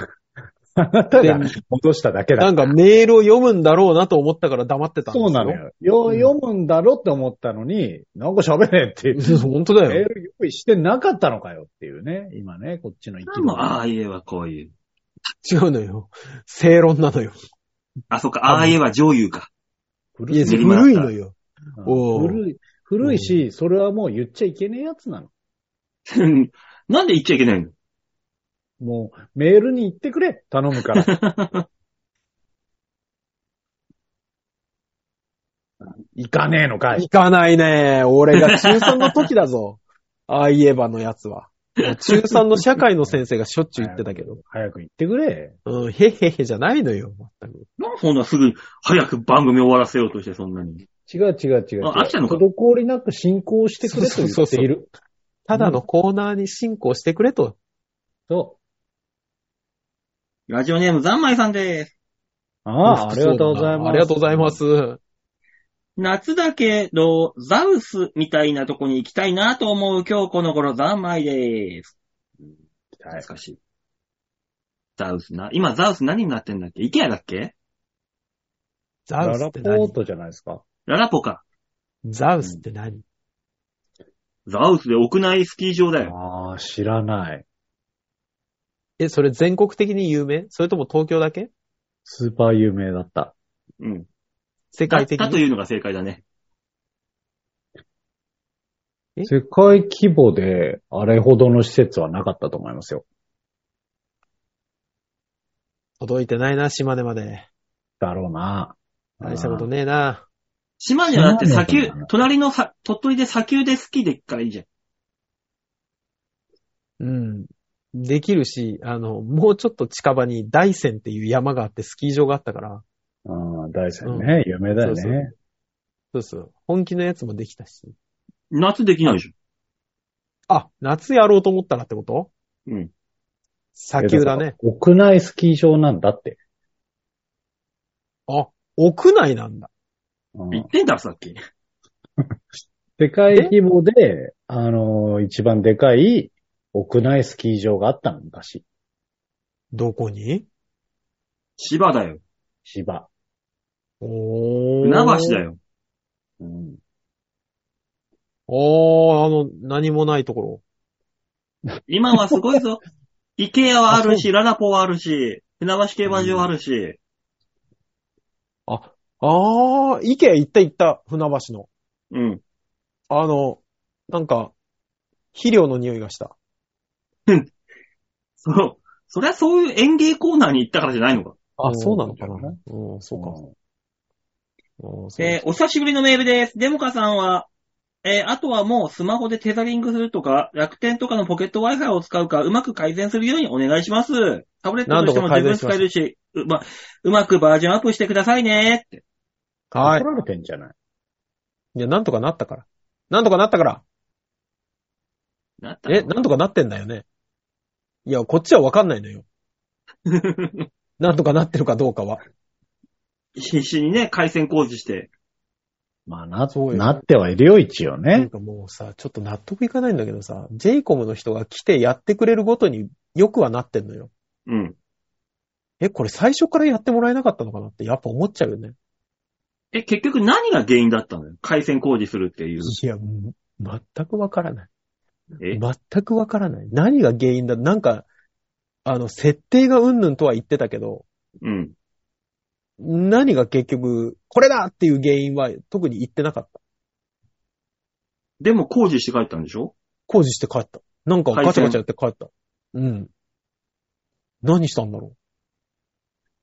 Speaker 4: あなたが戻しただけだ
Speaker 3: なんかメールを読むんだろうなと思ったから黙ってたんですよ。
Speaker 4: そうなのよ。よ、読むんだろって思ったのに、なんか喋れって
Speaker 3: うん。 本当だ
Speaker 4: メー
Speaker 3: よ。
Speaker 4: ル用意してなかったのかよっていうね、今ね、こっちの意
Speaker 2: でもああ
Speaker 4: 見。
Speaker 2: 言えばこういう。
Speaker 3: 違うのよ。正論なのよ。
Speaker 2: あ、そっか、ああ言えば上優か。
Speaker 4: 古
Speaker 3: いや、
Speaker 4: い
Speaker 2: 練
Speaker 3: 古
Speaker 2: 馬だった
Speaker 3: いのよ。おー
Speaker 4: 古い、古いし、それはもう言っちゃいけねえやつなの。
Speaker 2: なんで言っちゃいけないの
Speaker 4: もう、メールに言ってくれ頼むから。行かねえのかい
Speaker 3: 行かないね。俺が中3の時だ ぞ。ああ言えばのやつは。中3の社会の先生がしょっちゅう言ってたけ ど。
Speaker 4: 早く言ってくれ。
Speaker 3: うん、へっへっへじゃないのよ。全く。
Speaker 2: なんでそんなすぐ、早く番組終わらせようとして、そんなに。
Speaker 4: 違う違う違う違う。
Speaker 2: あ飽きたのか
Speaker 4: 滞りなく進行してくれと言っている。
Speaker 3: ただのコーナーに進行してくれと。
Speaker 4: そう。
Speaker 2: ラジオネーム、ざんまいさんです。
Speaker 4: ああ、ありがとうございます。
Speaker 3: ありがとうございます。
Speaker 2: 夏だけど、ザウスみたいなとこに行きたいなと思う今日この頃、ざんまいでーす。
Speaker 4: はい。
Speaker 2: 懐かしい。ザウスな。今、ザウス何になってんだっけイケアだっけ
Speaker 3: ザ
Speaker 4: ラ
Speaker 3: ウス
Speaker 4: ラ
Speaker 3: って
Speaker 4: ポ
Speaker 3: 何
Speaker 4: ートじゃないですか。
Speaker 2: ララポか。
Speaker 3: ザウスって何
Speaker 2: ザウスで屋内スキー場だよ。
Speaker 4: ああ、知らない。
Speaker 3: え、それ全国的に有名それとも東京だけ
Speaker 4: スーパー有名だった。
Speaker 2: うん。
Speaker 3: 世
Speaker 2: だっ
Speaker 3: 界的
Speaker 2: たと
Speaker 3: に。
Speaker 2: いうのが正解だね。
Speaker 3: え
Speaker 4: 世界規模であれほどの施設はなかったと思いますよ。
Speaker 3: 届いてないな、島根まで。
Speaker 4: だろうな。
Speaker 3: 大したことねえな。
Speaker 2: 島にはだって砂丘
Speaker 4: 島根、
Speaker 2: 隣のさ鳥取で砂丘でスキーできっからいいじゃん。
Speaker 3: うん。できるし、あの、もうちょっと近場に大山っていう山があってスキー場があったから、
Speaker 4: ああ、大山ね。有名だよね。
Speaker 3: そうそうそう。本気のやつもできたし。
Speaker 2: 夏できないでしょ。
Speaker 3: あ、夏やろうと思ったらってこと
Speaker 2: うん。
Speaker 3: 砂丘だね。
Speaker 4: え。から屋内スキー場なんだって。
Speaker 3: あ、屋内なんだ。
Speaker 4: うん
Speaker 2: 言ってんだろ、さっき。
Speaker 4: 世界規模で、あのー一番でかい屋内スキー場があったの、昔。
Speaker 3: どこに
Speaker 2: 芝だよ。
Speaker 4: 芝。
Speaker 3: おー。
Speaker 2: 船橋だよ。
Speaker 4: うん。
Speaker 3: おー、あの、何もないところ。
Speaker 2: 今はすご いぞ。イケアはあるし、ララポはあるし、船橋競馬場はあるし、
Speaker 3: あー、池行った行った、船橋の。
Speaker 2: うん。
Speaker 3: あの、なんか、肥料の匂いがした。
Speaker 2: その、そりゃそういう園芸コーナーに行ったからじゃないのか。
Speaker 3: あ
Speaker 4: ん
Speaker 3: そうなのかな
Speaker 4: そうだよ。
Speaker 3: うん、そうか。
Speaker 4: ん
Speaker 3: うんそう
Speaker 2: えーお久しぶりのメールです。デモカさんは、えーあとはもうスマホでテザリングするとか、楽天とかのポケット Wi-Fi を使うか、うまく改善するようにお願いします。タブレットとしても十分使えるし、うま、うまくバージョンアップしてくださいね。って
Speaker 3: はい
Speaker 4: 怒。られてんじゃない
Speaker 3: いや、なんとかなったから。なんとかなったから。
Speaker 2: なったの
Speaker 3: え、なんとかなってんだよね。いや、こっちはわかんないのよ。なんとかなってるかどうかは。
Speaker 2: 必死にね、回線工事して。
Speaker 4: まあ、な、
Speaker 3: そうよ
Speaker 4: なってはいるよ、一応
Speaker 3: なん
Speaker 4: ね。
Speaker 3: かもうさ、ちょっと納得いかないんだけどさ、j イコムの人が来てやってくれるごとによくはなってんのよ。
Speaker 2: うん。
Speaker 3: え、これ最初からやってもらえなかったのかなってやっぱ思っちゃうよね。
Speaker 2: え、結局何が原因だったのよ回線工事するっていう。
Speaker 3: いや、もう全くわからない。
Speaker 2: え
Speaker 3: 全くわからない。何が原因だなんか、あの、設定がうんぬんとは言ってたけど、
Speaker 2: うん。
Speaker 3: 何が結局、これだっていう原因は特に言ってなかった。
Speaker 2: でも工事して帰ったんでしょ
Speaker 3: 工事して帰った。なんかガ
Speaker 2: 配線
Speaker 3: チャガチャやって帰った。うん。何したんだろ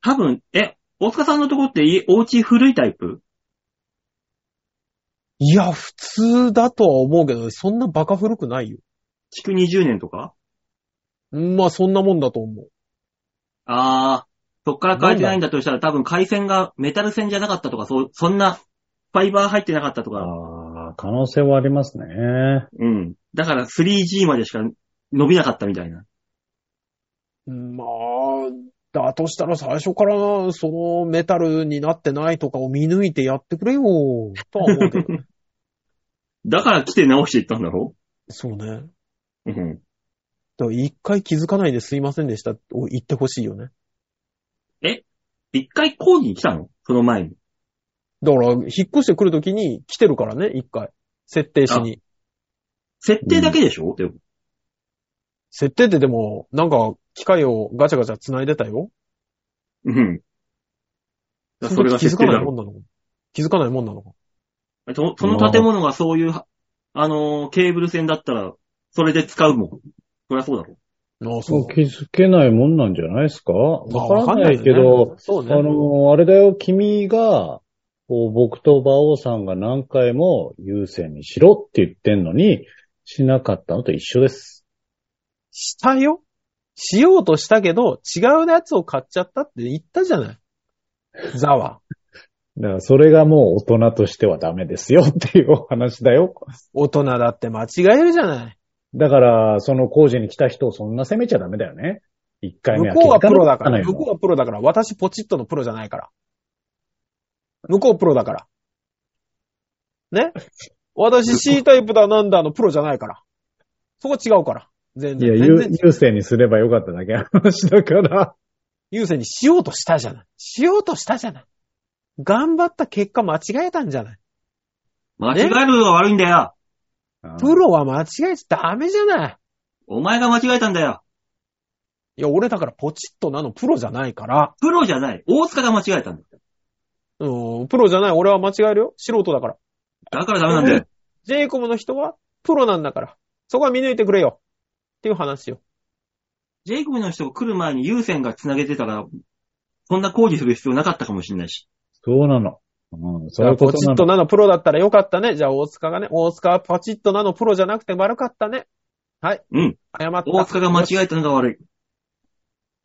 Speaker 2: 多分、え、大塚さんのとこって家、お家古いタイプ
Speaker 3: ういや、普通だとは思うけど、そんなバカ古くないよ。
Speaker 2: 築20年とか
Speaker 3: まあ、そんなもんだと思う。
Speaker 2: あー、そっから変えてないんだとしたら多分回線がメタル線じゃなかったとか、そう、そんな、ファイバー入ってなかったとか、
Speaker 4: ああ、可能性はありますね。
Speaker 2: うん。だから 3G までしか伸びなかったみたいな。
Speaker 3: まあ、だとしたら最初から、そのメタルになってないとかを見抜いてやってくれよ、とは思うけど。
Speaker 2: だから来て直していったんだろ
Speaker 3: そうね。
Speaker 2: うん。
Speaker 3: だから一回気づかないですいませんでしたを言ってほしいよね。
Speaker 2: 一回工事に来たのその前に。
Speaker 3: だから、引っ越してくるときに来てるからね、一回。設定しに。
Speaker 2: 設定だけでしょ、でも。
Speaker 3: 設定ってでも、なんか、機械をガチャガチャ繋いでたよ。
Speaker 2: うん。だからそれが
Speaker 3: 気
Speaker 2: 設
Speaker 3: づか
Speaker 2: 定
Speaker 3: な
Speaker 2: だ
Speaker 3: いも
Speaker 2: ろ
Speaker 3: んなのか。気づかないもんなのか。
Speaker 2: そその建物がそういう、あのーケーブル線だったら、それで使うもん。そりゃそうだろ。
Speaker 3: ああ、
Speaker 4: そ
Speaker 3: そうう。
Speaker 4: 気づけないもんなんじゃないですかわからないけ
Speaker 3: わ
Speaker 4: ど
Speaker 3: かん、そう
Speaker 4: あ
Speaker 3: ね。
Speaker 4: の、あれだよ、君が、こう僕と馬王さんが何回も優先にしろって言ってんのに、しなかったのと一緒です。
Speaker 3: したよ。しようとしたけど、違うやつを買っちゃったって言ったじゃない。ザは。
Speaker 4: だからそれがもう大人としてはダメですよっていうお話だよ。
Speaker 3: 大人だって間違えるじゃない。
Speaker 4: だから、その工事に来た人をそんな責めちゃダメだよね。一回目
Speaker 3: 向こうはプロだか
Speaker 4: 気づ
Speaker 3: ら。
Speaker 4: い
Speaker 3: 向
Speaker 4: たの
Speaker 3: こ
Speaker 4: よ
Speaker 3: うはプロだから。私ポチッとのプロじゃないから。向こうプロだから。ね私 C タイプだなんだのプロじゃないから。そこ違うから。全
Speaker 4: いや、
Speaker 3: 然。
Speaker 4: 優
Speaker 3: 全然
Speaker 4: 優勢にすればよかっただけの話だから。
Speaker 3: 優先にしようとしたじゃない。しようとしたじゃない。頑張った結果間違えたんじゃない。
Speaker 2: 間違えるのが悪いんだよ。
Speaker 3: プロは間違えちゃダメじゃない。
Speaker 2: お前が間違えたんだよ。
Speaker 3: いや、俺だからポチッとなのプロじゃないから。
Speaker 2: プロじゃない。大塚が間違えたんだよ。
Speaker 3: うん、プロじゃない。俺は間違えるよ。素人だから。
Speaker 2: だからダメなんだよ。
Speaker 3: ジェイコムの人はプロなんだから。そこは見抜いてくれよ。っていう話よ。
Speaker 2: ジェイコブの人が来る前に優先が繋げてたら、こんな工事する必要なかったかもしれないし。
Speaker 4: そうなの。うん、そういうこ
Speaker 3: ポ
Speaker 4: と
Speaker 3: チ
Speaker 4: な
Speaker 3: ッと
Speaker 4: の。
Speaker 3: なのプロだったらよかったね。じゃあ大塚がね。大塚はポチッとなのプロじゃなくて悪かったね。はい。
Speaker 2: うん。
Speaker 3: 謝った。
Speaker 2: 大塚が間違えたのが悪い。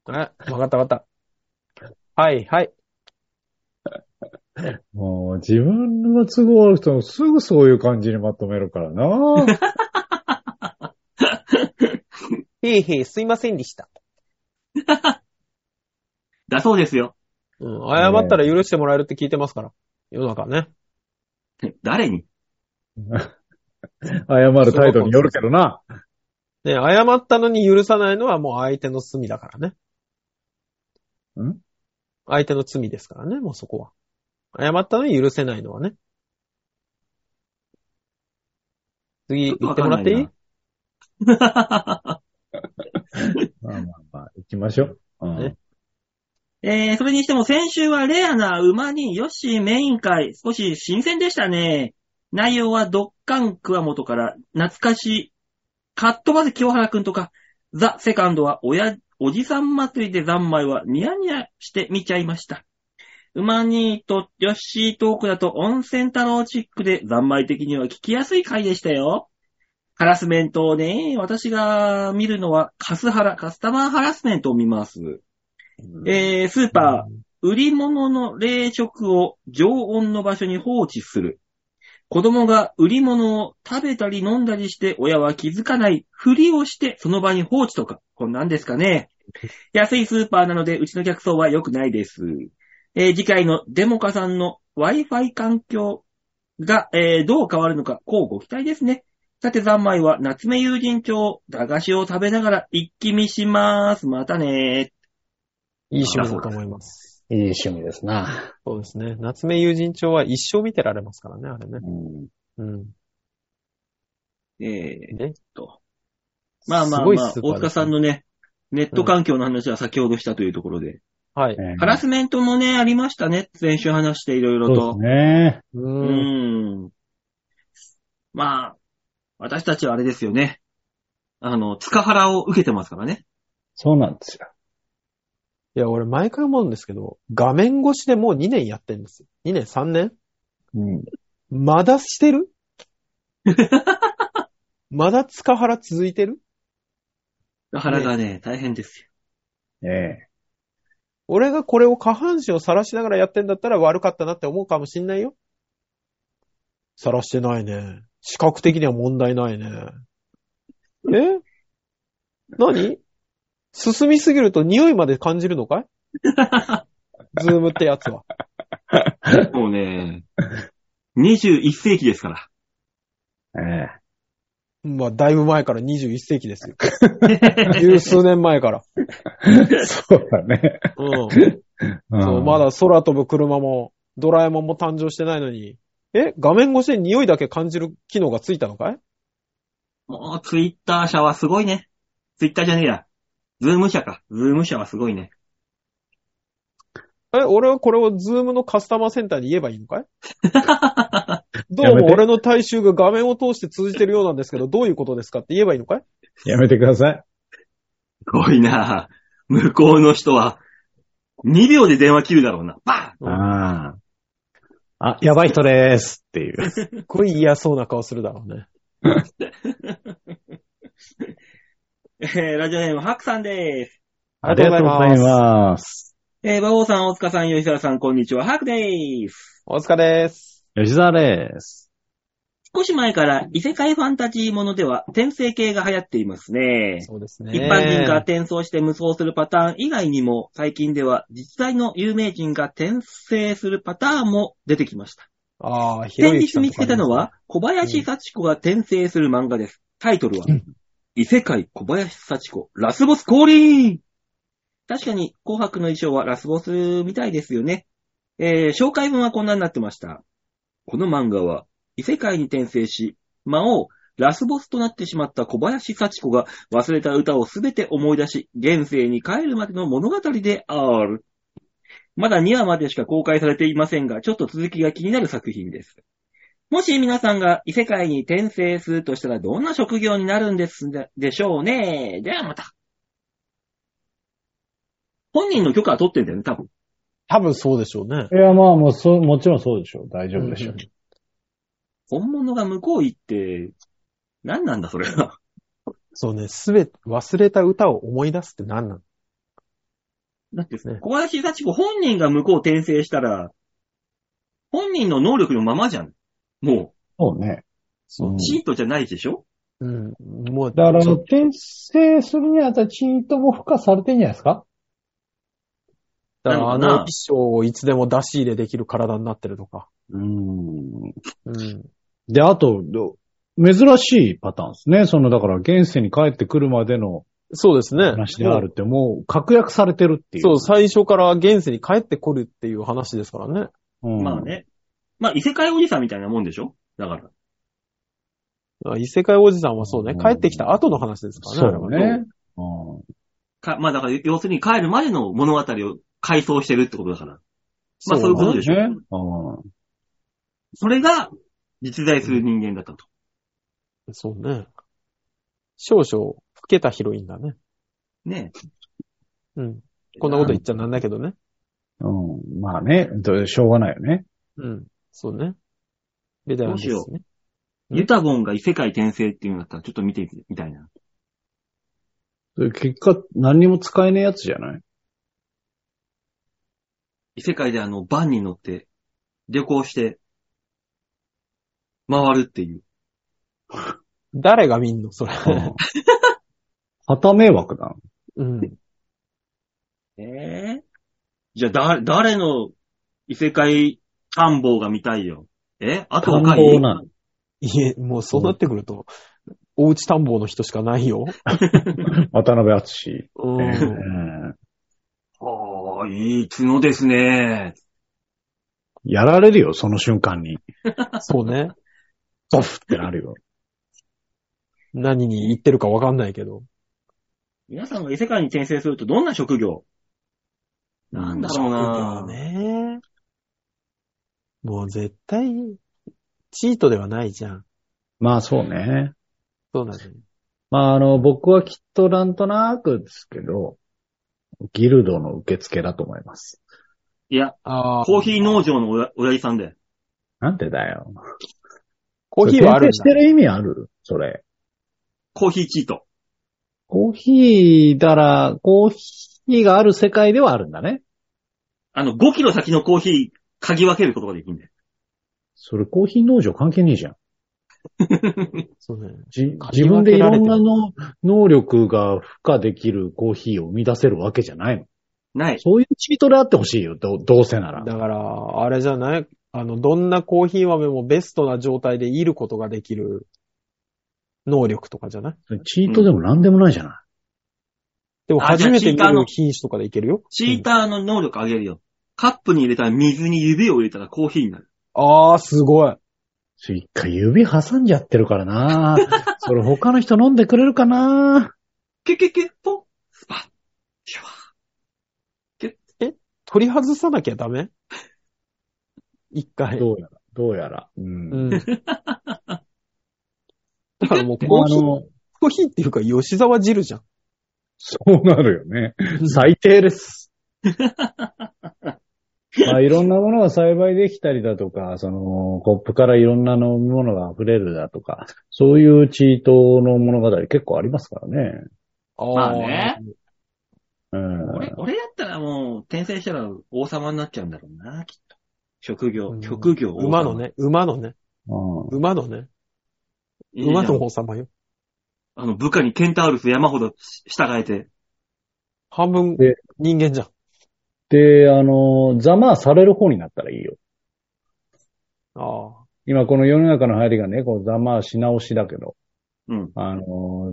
Speaker 3: え、わかったわかった。はい、はい。
Speaker 4: もう自分の都合ある人もすぐそういう感じにまとめるか らな。
Speaker 3: へいへい、すいませんでした。
Speaker 2: だそうですよ。
Speaker 3: うん、謝ったら許してもらえるって聞いてますから。世の中ね。
Speaker 2: 誰に
Speaker 4: 謝る態度によるけどな。
Speaker 3: ね、謝ったのに許さないのはもう相手の罪だからね。
Speaker 4: ん
Speaker 3: 相手の罪ですからね、もうそこは。謝ったのに許せないのはね。次、言ってもらっていい
Speaker 2: わかんないな
Speaker 4: まあまあまあ、行きましょう。うん
Speaker 3: ね、
Speaker 2: えー、それにしても先週はレアな馬にヨッシーメイン会、少し新鮮でしたね。内容はドッカン桑本から懐かしい、カットバス清原くんとか、ザ・セカンドは親、おじさん祭りで三昧はニヤニヤして見ちゃいました。馬にとヨッシートークだと温泉太郎チックで三昧的には聞きやすい回でしたよ。ハラスメントをね、私が見るのはカスハラ、カスタマーハラスメントを見ます。えー、スーパー、売り物の冷食を常温の場所に放置する。子供が売り物を食べたり飲んだりして親は気づかないふりをしてその場に放置とか、こんなんですかね。安いスーパーなのでうちの客層は良くないです。えー次回のデモカさんの Wi-Fi 環境が、えーどう変わるのか、こうご期待ですね。さて三昧は夏目友人帳、駄菓子を食べながら一気見します。またね
Speaker 3: いい趣味だと思います。
Speaker 4: いい趣味ですな。
Speaker 3: そうですね。夏目友人帳は一生見てられますからね、あれね。
Speaker 4: うん
Speaker 3: うん。
Speaker 2: えー
Speaker 3: ね。
Speaker 2: まあまあ
Speaker 3: すごい
Speaker 2: まあ
Speaker 3: ス、ーパーですね
Speaker 2: 大塚さんのね、ネット環境の話は先ほどしたというところで。
Speaker 3: はい。
Speaker 4: えー
Speaker 2: ハラスメントもね、ありましたね。先週話していろいろ
Speaker 4: そう
Speaker 2: と。
Speaker 4: ですね。
Speaker 3: う
Speaker 2: う
Speaker 3: ーん。
Speaker 2: ん。まあ、私たちはあれですよね。あの、塚原を受けてますからね。
Speaker 4: そうなんですよ。
Speaker 3: いや、俺毎回思うんですけど、画面越しでもう2年やってるんですよ。2年、3年
Speaker 4: うん。
Speaker 3: まだしてるまだ塚原続いてる
Speaker 2: 塚原がね、大変ですよ。
Speaker 4: ええ
Speaker 3: 俺がこれを下半身を晒しながらやってんだったら悪かったなって思うかもしんないよ。晒してないね。視覚的には問題ないね。え何進みすぎると匂いまで感じるのかいズームってやつは。
Speaker 2: もうね、21世紀ですから。
Speaker 4: え
Speaker 3: まあ、だいぶ前から21世紀ですよ。 十数年前から。
Speaker 4: えそうだね。
Speaker 3: うん。
Speaker 4: うん
Speaker 3: そう、まだ空飛ぶ車も、ドラえもんも誕生してないのに、え画面越しで匂いだけ感じる機能がついたのかい
Speaker 2: もう、ツイッター社はすごいね。ツイッターじゃねえや。ズーム社か。ズーム社はすごいね。
Speaker 3: え、俺はこれをズームのカスタマーセンターに言えばいいの かいど
Speaker 4: や
Speaker 3: う
Speaker 4: め
Speaker 3: も
Speaker 4: て
Speaker 3: 俺の大衆が画面を通して通じてるようなんですけど、どういうことですかって言えばいいのかい
Speaker 4: やめてください。
Speaker 2: すごいな 向こうの人は、2秒で電話切るだろうな。バ
Speaker 3: うん
Speaker 4: ああ。あ、やばい人でーすっていう。
Speaker 3: すっごい嫌そうな顔するだろうね。
Speaker 2: ーンえーラジオネーム、ハクさんです。
Speaker 3: ありがとうございます
Speaker 4: ます。
Speaker 2: えー、馬王さん、大塚さん、吉沢さん、こんにちは。ハクです。
Speaker 3: お疲れです。
Speaker 4: 吉沢です。
Speaker 2: 少し前から異世界ファンタジーものでは転生系が流行っていますね。
Speaker 3: そうですね。
Speaker 2: 一般人が転送して無双するパターン以外にも、最近では実際の有名人が転生するパターンも出てきました。
Speaker 3: ああ、
Speaker 2: 先日見つけたのは、小林幸子が転生する漫画です。タイトルは、
Speaker 3: うん
Speaker 2: 異世界小林幸子、ラスボス降臨確かに、紅白の衣装はラスボスみたいですよね。えー紹介文はこんなになってました。この漫画は、異世界に転生し、魔王、ラスボスとなってしまった小林幸子が忘れた歌をすべて思い出し、現世に帰るまでの物語である。まだ2話までしか公開されていませんが、ちょっと続きが気になる作品です。もし皆さんが異世界に転生するとしたらどんな職業になるんですででしょうね。ではまた。本人の許可は取ってんだよね、多分。
Speaker 3: 多分そうでしょうね。
Speaker 4: いや、まあ、もう、そう、もちろんそうでしょう。大丈夫でしょう。
Speaker 2: 本物が向こう行って、何なんだそれは。
Speaker 3: そうね、すべて、忘れた歌を思い出すって何なの
Speaker 2: だって
Speaker 3: ね
Speaker 2: 小林幸子本人が向こう転生したら、本人の能力のままじゃん。も
Speaker 4: そうね。うん
Speaker 2: う、チートじゃないでしょ、
Speaker 3: うん、もう、
Speaker 4: だから、
Speaker 3: ちょっ
Speaker 4: 転生するにあたってチートも付加されてんじゃないですか
Speaker 3: と
Speaker 2: なの
Speaker 3: あ
Speaker 2: か
Speaker 3: の
Speaker 2: な
Speaker 3: 衣装をいつでも出し入れできる体になってるとか。
Speaker 4: うん。
Speaker 3: うん。
Speaker 4: で、あと、ど珍しいパターンですね。その、だから、現世に帰ってくるまでの
Speaker 3: そうですね。
Speaker 4: 話であるって、もう、確約されてるっていう。
Speaker 3: そう、最初から現世に帰ってこるっていう話ですからね。
Speaker 4: うん
Speaker 2: まあ。ね。まあ異世界おじさんみたいなもんでしょだから。
Speaker 3: あ異世界おじさんはそうね、
Speaker 4: うん
Speaker 3: 帰ってきた後の話ですからね。
Speaker 4: そ
Speaker 3: あれは
Speaker 4: うね。うん
Speaker 2: か、まあだから、要するに帰るまでの物語を回想してるってことだから。まあそういうことでしょ。
Speaker 4: ね。うん
Speaker 2: それが実在する人間だったと。
Speaker 3: そうね。少々、老けたヒロインだね。
Speaker 2: ね
Speaker 3: うん。こんなこと言っちゃなんだけどね。
Speaker 4: うん。まあね、どしょうがないよね。
Speaker 3: うん。そうね。ベテランです
Speaker 2: どうし
Speaker 3: ね。うん
Speaker 2: ユタボンが異世界転生っていうんだったらちょっと見てみたいな。
Speaker 4: 結果、何にも使えねえやつじゃ ない
Speaker 2: 異世界であの、バンに乗って、旅行して、回るっていう。
Speaker 3: 誰が見んのそれ。
Speaker 4: 旗迷惑だな。
Speaker 3: うん。
Speaker 2: ええじゃあ、だ、誰の異世界探訪が見たいよ。えあと若い
Speaker 4: 探訪なの
Speaker 3: いえ、もうそうなってくると、おうち探訪の人しかないよ。
Speaker 4: 渡辺厚志。
Speaker 3: う
Speaker 4: ええ
Speaker 3: ん。
Speaker 2: ああ、いい角ですね。
Speaker 4: やられるよ、その瞬間に。
Speaker 3: そうね。
Speaker 4: ゾフってなるよ。
Speaker 3: 何に言ってるかわかんないけど。
Speaker 2: 皆さんが異世界に転生するとどんな職業なんだろうな、
Speaker 3: ね。もう絶対、チートではないじゃん。
Speaker 4: まあそうね。
Speaker 3: そうなんだよ。
Speaker 4: まああの、僕はきっとなんとなくですけど、ギルドの受付だと思います。
Speaker 2: いや、
Speaker 3: ああ。
Speaker 2: コーヒー農場のおや親父さんで。
Speaker 4: なんでだよ。
Speaker 3: コーヒーはあるん
Speaker 4: 転生して
Speaker 3: だ。
Speaker 4: る意味あるそれ。
Speaker 2: コーヒーチート。
Speaker 4: コーヒーだら、コーヒーがある世界ではあるんだね。
Speaker 2: あの、5キロ先のコーヒー、嗅ぎ分けることができるんだよ。
Speaker 4: それコーヒー農場関係ねえじゃん。
Speaker 3: そうね。
Speaker 4: じ
Speaker 3: 嗅
Speaker 4: 自
Speaker 3: ぎ
Speaker 4: 分
Speaker 3: 分
Speaker 4: でい
Speaker 3: けら
Speaker 4: ろ
Speaker 3: れてる
Speaker 4: んなの能力が付加できるコーヒーを生み出せるわけじゃないの。
Speaker 2: ない。
Speaker 4: そういうチートであってほしいよ、どどうせなら。
Speaker 3: だから、あれじゃないあの、どんなコーヒー豆もベストな状態でいることができる能力とかじゃない
Speaker 4: チートでも何でもないじゃない。
Speaker 3: でも
Speaker 2: あじ
Speaker 3: 初
Speaker 2: ゃあ
Speaker 3: めて
Speaker 2: チー
Speaker 3: 見
Speaker 2: ターの
Speaker 3: る品種とかでいけるよ。
Speaker 2: チーターの能力上げるよ。カップに入れた水に指を入れたらコーヒーになる。
Speaker 3: ああ、すごい。
Speaker 4: それ一回指挟んじゃってるか らなそれ他の人飲んでくれるかな
Speaker 2: キュキュキュッポンスパッシュワ
Speaker 3: 取り外さなきゃダメ一回。
Speaker 4: どうやら、どうやら。うん
Speaker 3: うん。だからもうコー
Speaker 4: あ
Speaker 3: ヒー、
Speaker 4: の、
Speaker 3: コーヒーっていうか吉沢汁じゃん。
Speaker 4: そうなるよね。最低です。 まあ、いろんなものが栽培できたりだとか、その、コップからいろんな飲み物が溢れるだとか、そういうチートの物語結構ありますからね。
Speaker 3: あ
Speaker 2: まあね。
Speaker 4: うん。
Speaker 2: 俺、俺だったらもう、転生したら王様になっちゃうんだろうな、きっと。職
Speaker 3: う
Speaker 2: 業、
Speaker 3: ん
Speaker 2: 職業、王様
Speaker 3: 馬の。ね、馬のね、
Speaker 4: うん
Speaker 3: 馬のね、
Speaker 2: いいじゃん
Speaker 3: 馬の王様よ。
Speaker 2: あの、部下にケンタウルス山ほど従えて。
Speaker 3: 半分
Speaker 4: で
Speaker 3: 人間じゃん。
Speaker 4: で、あの、ざまあされる方になったらいいよ。
Speaker 3: あ
Speaker 4: 今この世の中の流行りがね、こう、ざまあし直しだけど、
Speaker 2: うん。
Speaker 4: あの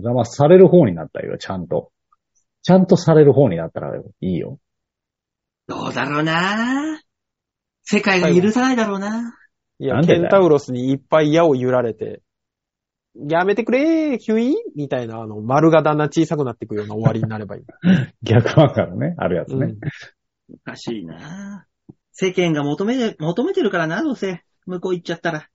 Speaker 4: ーざまあされる方になったらいいよ、ちゃんと。ちゃんとされる方になったらいいよ。
Speaker 2: どうだろうな世界が許さないだろうな
Speaker 3: ー。いや
Speaker 4: な、んで
Speaker 3: ケ
Speaker 4: だよ
Speaker 3: ンタウロスにいっぱい矢を揺られて、やめてくれー、ヒュイーンみたいな、あの、丸がだんだん小さくなっていくような終わりになれば いい。
Speaker 4: 逆版からね、あるやつ
Speaker 3: う
Speaker 4: ね
Speaker 3: ん。。
Speaker 2: おかしいな世間が求めて、求めてるからな、どうせ。向こう行っちゃったら。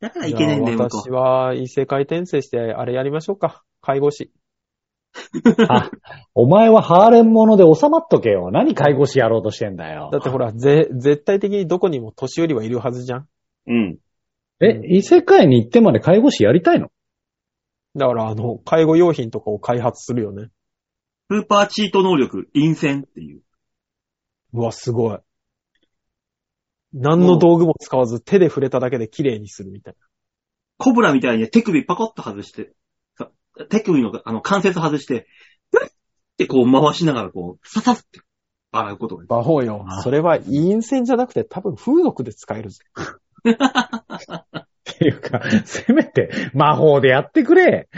Speaker 2: だ からいけねえんだよ、
Speaker 3: じゃあ
Speaker 2: 向こ
Speaker 3: 私は異世界転生して、あれやりましょうか。介護士。
Speaker 4: お前はハーレンもので収まっとけよ。何介護士やろうとしてんだよ
Speaker 3: だ。ってほら、ぜ、絶対的にどこにも年寄りはいるはずじゃん。
Speaker 2: う。うん。
Speaker 4: え、異世界に行ってまで介護士やりたいの
Speaker 3: だから、あの、介護用品とかを開発するよね。
Speaker 2: スーパーチート能力、陰線っていう。
Speaker 3: うわ、すごい。何の道具も使わず、手で触れただけで綺麗にするみたい
Speaker 2: コブラみたいに手首パコッと外して、さ手首のあの関節外して、ふってこう回しながらこう、ささって洗うことができ
Speaker 3: な。魔法よそれは陰線じゃなくて多分風俗で使えるぜ。
Speaker 4: っていうか、せめて魔法でやって くれ。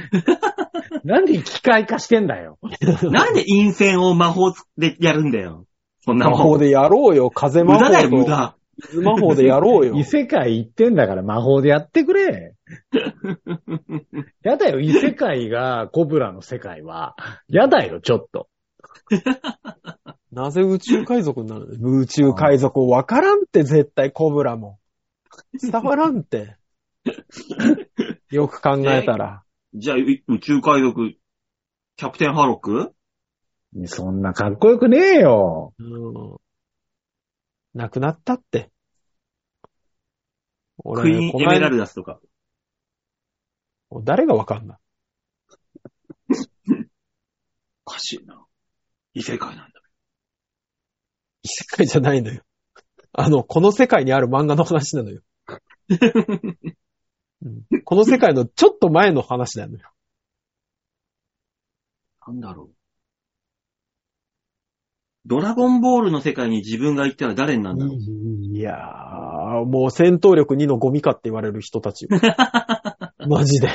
Speaker 4: なんで機械化してんだよ。
Speaker 2: る。なんで陰線を魔法でやるんだよ。そんな
Speaker 3: 魔
Speaker 2: もん。
Speaker 3: 法でやろうよ。風魔
Speaker 2: 無
Speaker 3: 法
Speaker 2: 駄だよ、無
Speaker 3: と
Speaker 2: 駄。
Speaker 3: 水魔法でやろ うよ
Speaker 4: 異。世界行ってんだから魔法でやってく れ。やだよ、異世界がコブラの世界は。やだよ、ちょっと。
Speaker 3: なぜ宇宙海賊になるの宇宙海賊わからんって絶対コブラも。伝わらん って。よく考えたら。
Speaker 2: じゃあ、う宇宙海賊、キャプテンハロック
Speaker 4: そんなかっこよくねえよ。
Speaker 3: うん。なくなったって。
Speaker 2: クイーン
Speaker 3: この
Speaker 2: エメラ
Speaker 3: 間
Speaker 2: ルダスとか。
Speaker 3: 誰がわかんない
Speaker 2: おかしいな。異世界なんだ。
Speaker 3: 異世界じゃないのよ。あの、この世界にある漫画の話 なのよ。うんこの世界のちょっと前の話なのよ。
Speaker 2: なんだろう。ドラゴンボールの世界に自分が行ったら誰になるんだろう。
Speaker 3: いやー、もう戦闘力2のゴミかって言われる人た ちよ。マジで。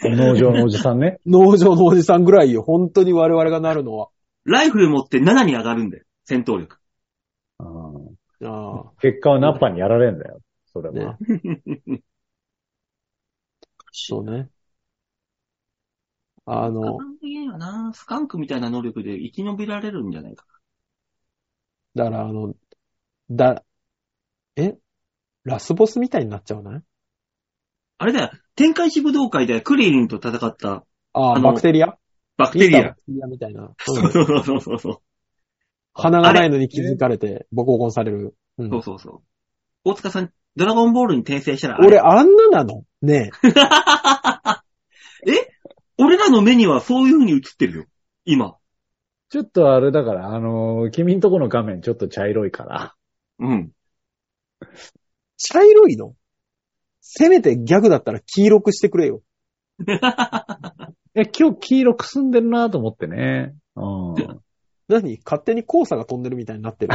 Speaker 4: 農場のおじさん ね。
Speaker 3: 農場のおじさんぐらいよ。本当に我々がなるのは。
Speaker 2: ライフル持って7に上がるんだよ。戦闘力。
Speaker 4: うん
Speaker 3: ああ。
Speaker 4: 結果はナッパにやられんだよ。それは。
Speaker 3: そうね。あ
Speaker 2: あ
Speaker 3: の、
Speaker 2: はな、スカンクみたいな能力で生き延びられるんじゃないか。
Speaker 3: だからあの、だ、えラスボスみたいになっちゃうない
Speaker 2: あれだよ、天界一武道会でクリリンと戦った
Speaker 3: あ
Speaker 2: あ
Speaker 3: あ、
Speaker 2: の
Speaker 3: バクテリア
Speaker 2: バクテリ
Speaker 3: バ
Speaker 2: ア。
Speaker 3: クテリアみたいな。う
Speaker 2: そ
Speaker 3: ん
Speaker 2: うそうそうそうそう。
Speaker 3: 鼻がないのに気づかれて、ボコボコにされる。うん
Speaker 2: そうそうそう。大塚さん、ドラゴンボールに転生したら、
Speaker 3: 俺、あんななのねえ。
Speaker 2: 俺、え俺らの目にはそういう風に映ってるよ。今。
Speaker 4: ちょっとあれだから、あのー君んとこの画面ちょっと茶色いから。
Speaker 2: うん。
Speaker 3: 茶色いのせめてギャグだったら黄色くしてくれよ。
Speaker 4: え、今日黄色くすんでるなと思ってね。うん。
Speaker 3: 何勝手に交差が飛んでるみたいになってる。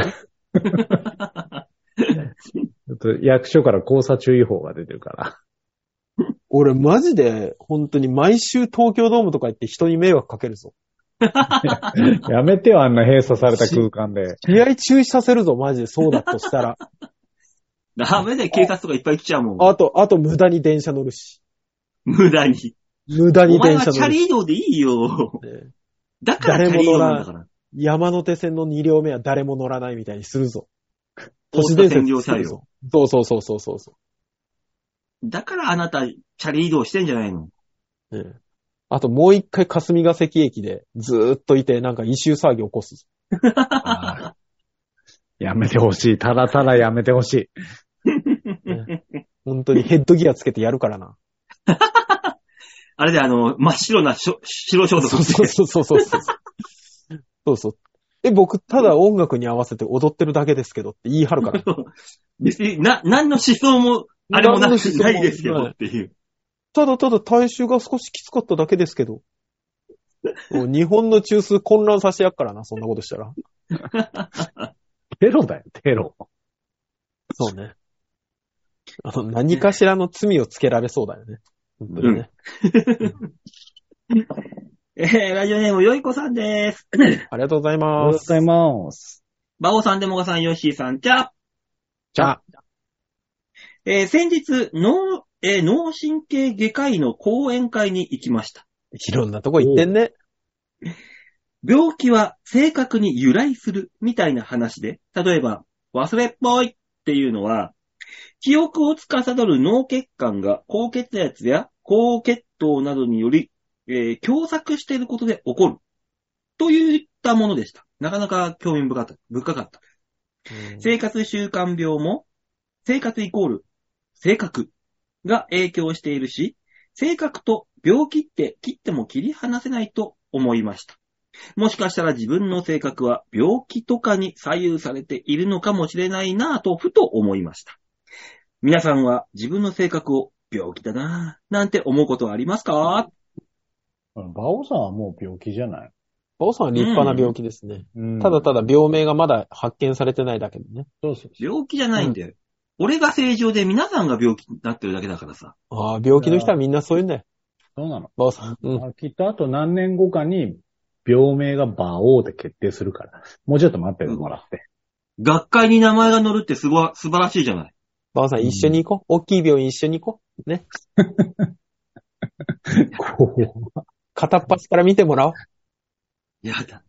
Speaker 4: ちょっと役所から交差注意報が出てるから。
Speaker 3: 俺、マジで、本当に毎週東京ドームとか行って人に迷惑かけるぞ。
Speaker 4: やめてよ、あんな閉鎖された空間 で。
Speaker 3: 試合中止させるぞ、マジで。そうだとしたら。
Speaker 2: ダメだよ、警察とかいっぱい来ちゃうもん。
Speaker 3: あと、あと無駄に電車乗るし。
Speaker 2: 無駄に。
Speaker 3: 無駄
Speaker 2: お
Speaker 3: に
Speaker 2: 前
Speaker 3: 電
Speaker 2: は
Speaker 3: 車
Speaker 2: チャ
Speaker 3: 乗るし。
Speaker 2: リ移動でいいよ。
Speaker 3: ね
Speaker 2: だからチャリ移動なんだから。
Speaker 3: 山手線の2両目は誰も乗らないみたいにするぞ。都
Speaker 2: 大
Speaker 3: 市
Speaker 2: 塚
Speaker 3: 伝
Speaker 2: 占領
Speaker 3: 説
Speaker 2: 車
Speaker 3: 作る
Speaker 2: 両。
Speaker 3: ぞ。そうそうそうそうそうそう。
Speaker 2: だからあなた、チャリ移動してんじゃないの
Speaker 3: ええあともう一回霞ヶ関駅でずーっといてなんか異臭騒ぎ起こす。
Speaker 4: あーやめてほしい。ただただやめてほしい。
Speaker 3: 本当にヘッドギアつけてやるからな。
Speaker 2: あれであの、真っ白なしょ白装
Speaker 3: そうそう
Speaker 2: 束着て。
Speaker 3: そうそうそう。そうそう。え、僕、ただ音楽に合わせて踊ってるだけですけどって言い張るから。
Speaker 2: 別 に、な、何の思想も、あれもな
Speaker 3: 何の思
Speaker 2: く
Speaker 3: 想も
Speaker 2: ないですけど
Speaker 3: はい
Speaker 2: っていう。
Speaker 3: ただただ体臭が少しきつかっただけですけど。もう日本の中枢混乱させてやっからな、そんなことしたら。
Speaker 4: テロだよ、テロ。
Speaker 3: そうね。あの何かしらの罪をつけられそうだよね。本当にね。
Speaker 2: えー、ラジオネーム、よいこさんです。
Speaker 3: ありがとうござい
Speaker 4: おはよ
Speaker 3: ま
Speaker 4: うご
Speaker 3: す。
Speaker 4: ざいます。
Speaker 2: バオさん、デモガさん、ヨッシーさん、じゃあ、
Speaker 3: じゃあ、
Speaker 2: えー先日、脳、えー脳神経外科医の講演会に行きました。
Speaker 3: いろんなとこ行ってんね。
Speaker 2: 病気は性格に由来するみたいな話で、例えば、忘れっぽいっていうのは、記憶を司る脳血管が高血圧や高血糖などにより、えー狭窄していることで起こる。といったものでした。なかなか興味深かった。深かった。生活習慣病も、生活イコール、性格が影響しているし、性格と病気って切っても切り離せないと思いました。もしかしたら自分の性格は病気とかに左右されているのかもしれないなぁとふと思いました。皆さんは自分の性格を病気だなぁなんて思うことはありますか
Speaker 4: バオさんはもう病気じゃない
Speaker 3: おさんは立派な病気ですね。
Speaker 4: うん
Speaker 3: ただただ病名がまだ発見されてないだけでね。
Speaker 4: そうそうそう
Speaker 2: 病気じゃないんだよ。俺が正常で皆さんが病気になってるだけだからさ。
Speaker 3: ああ、病気の人はみんなそういうんだよ。
Speaker 4: そうなの。
Speaker 3: バオさん。うん。
Speaker 4: あきっとあと何年後かに、病名が馬王で決定するから。もうちょっと待ってもら って。
Speaker 2: 学会に名前が載るってすごい、素晴らしいじゃない。
Speaker 3: バオさん一緒に行こう。大きい病院一緒に行こう。
Speaker 4: こう
Speaker 3: 片っ端から見てもらおう。
Speaker 2: やだ。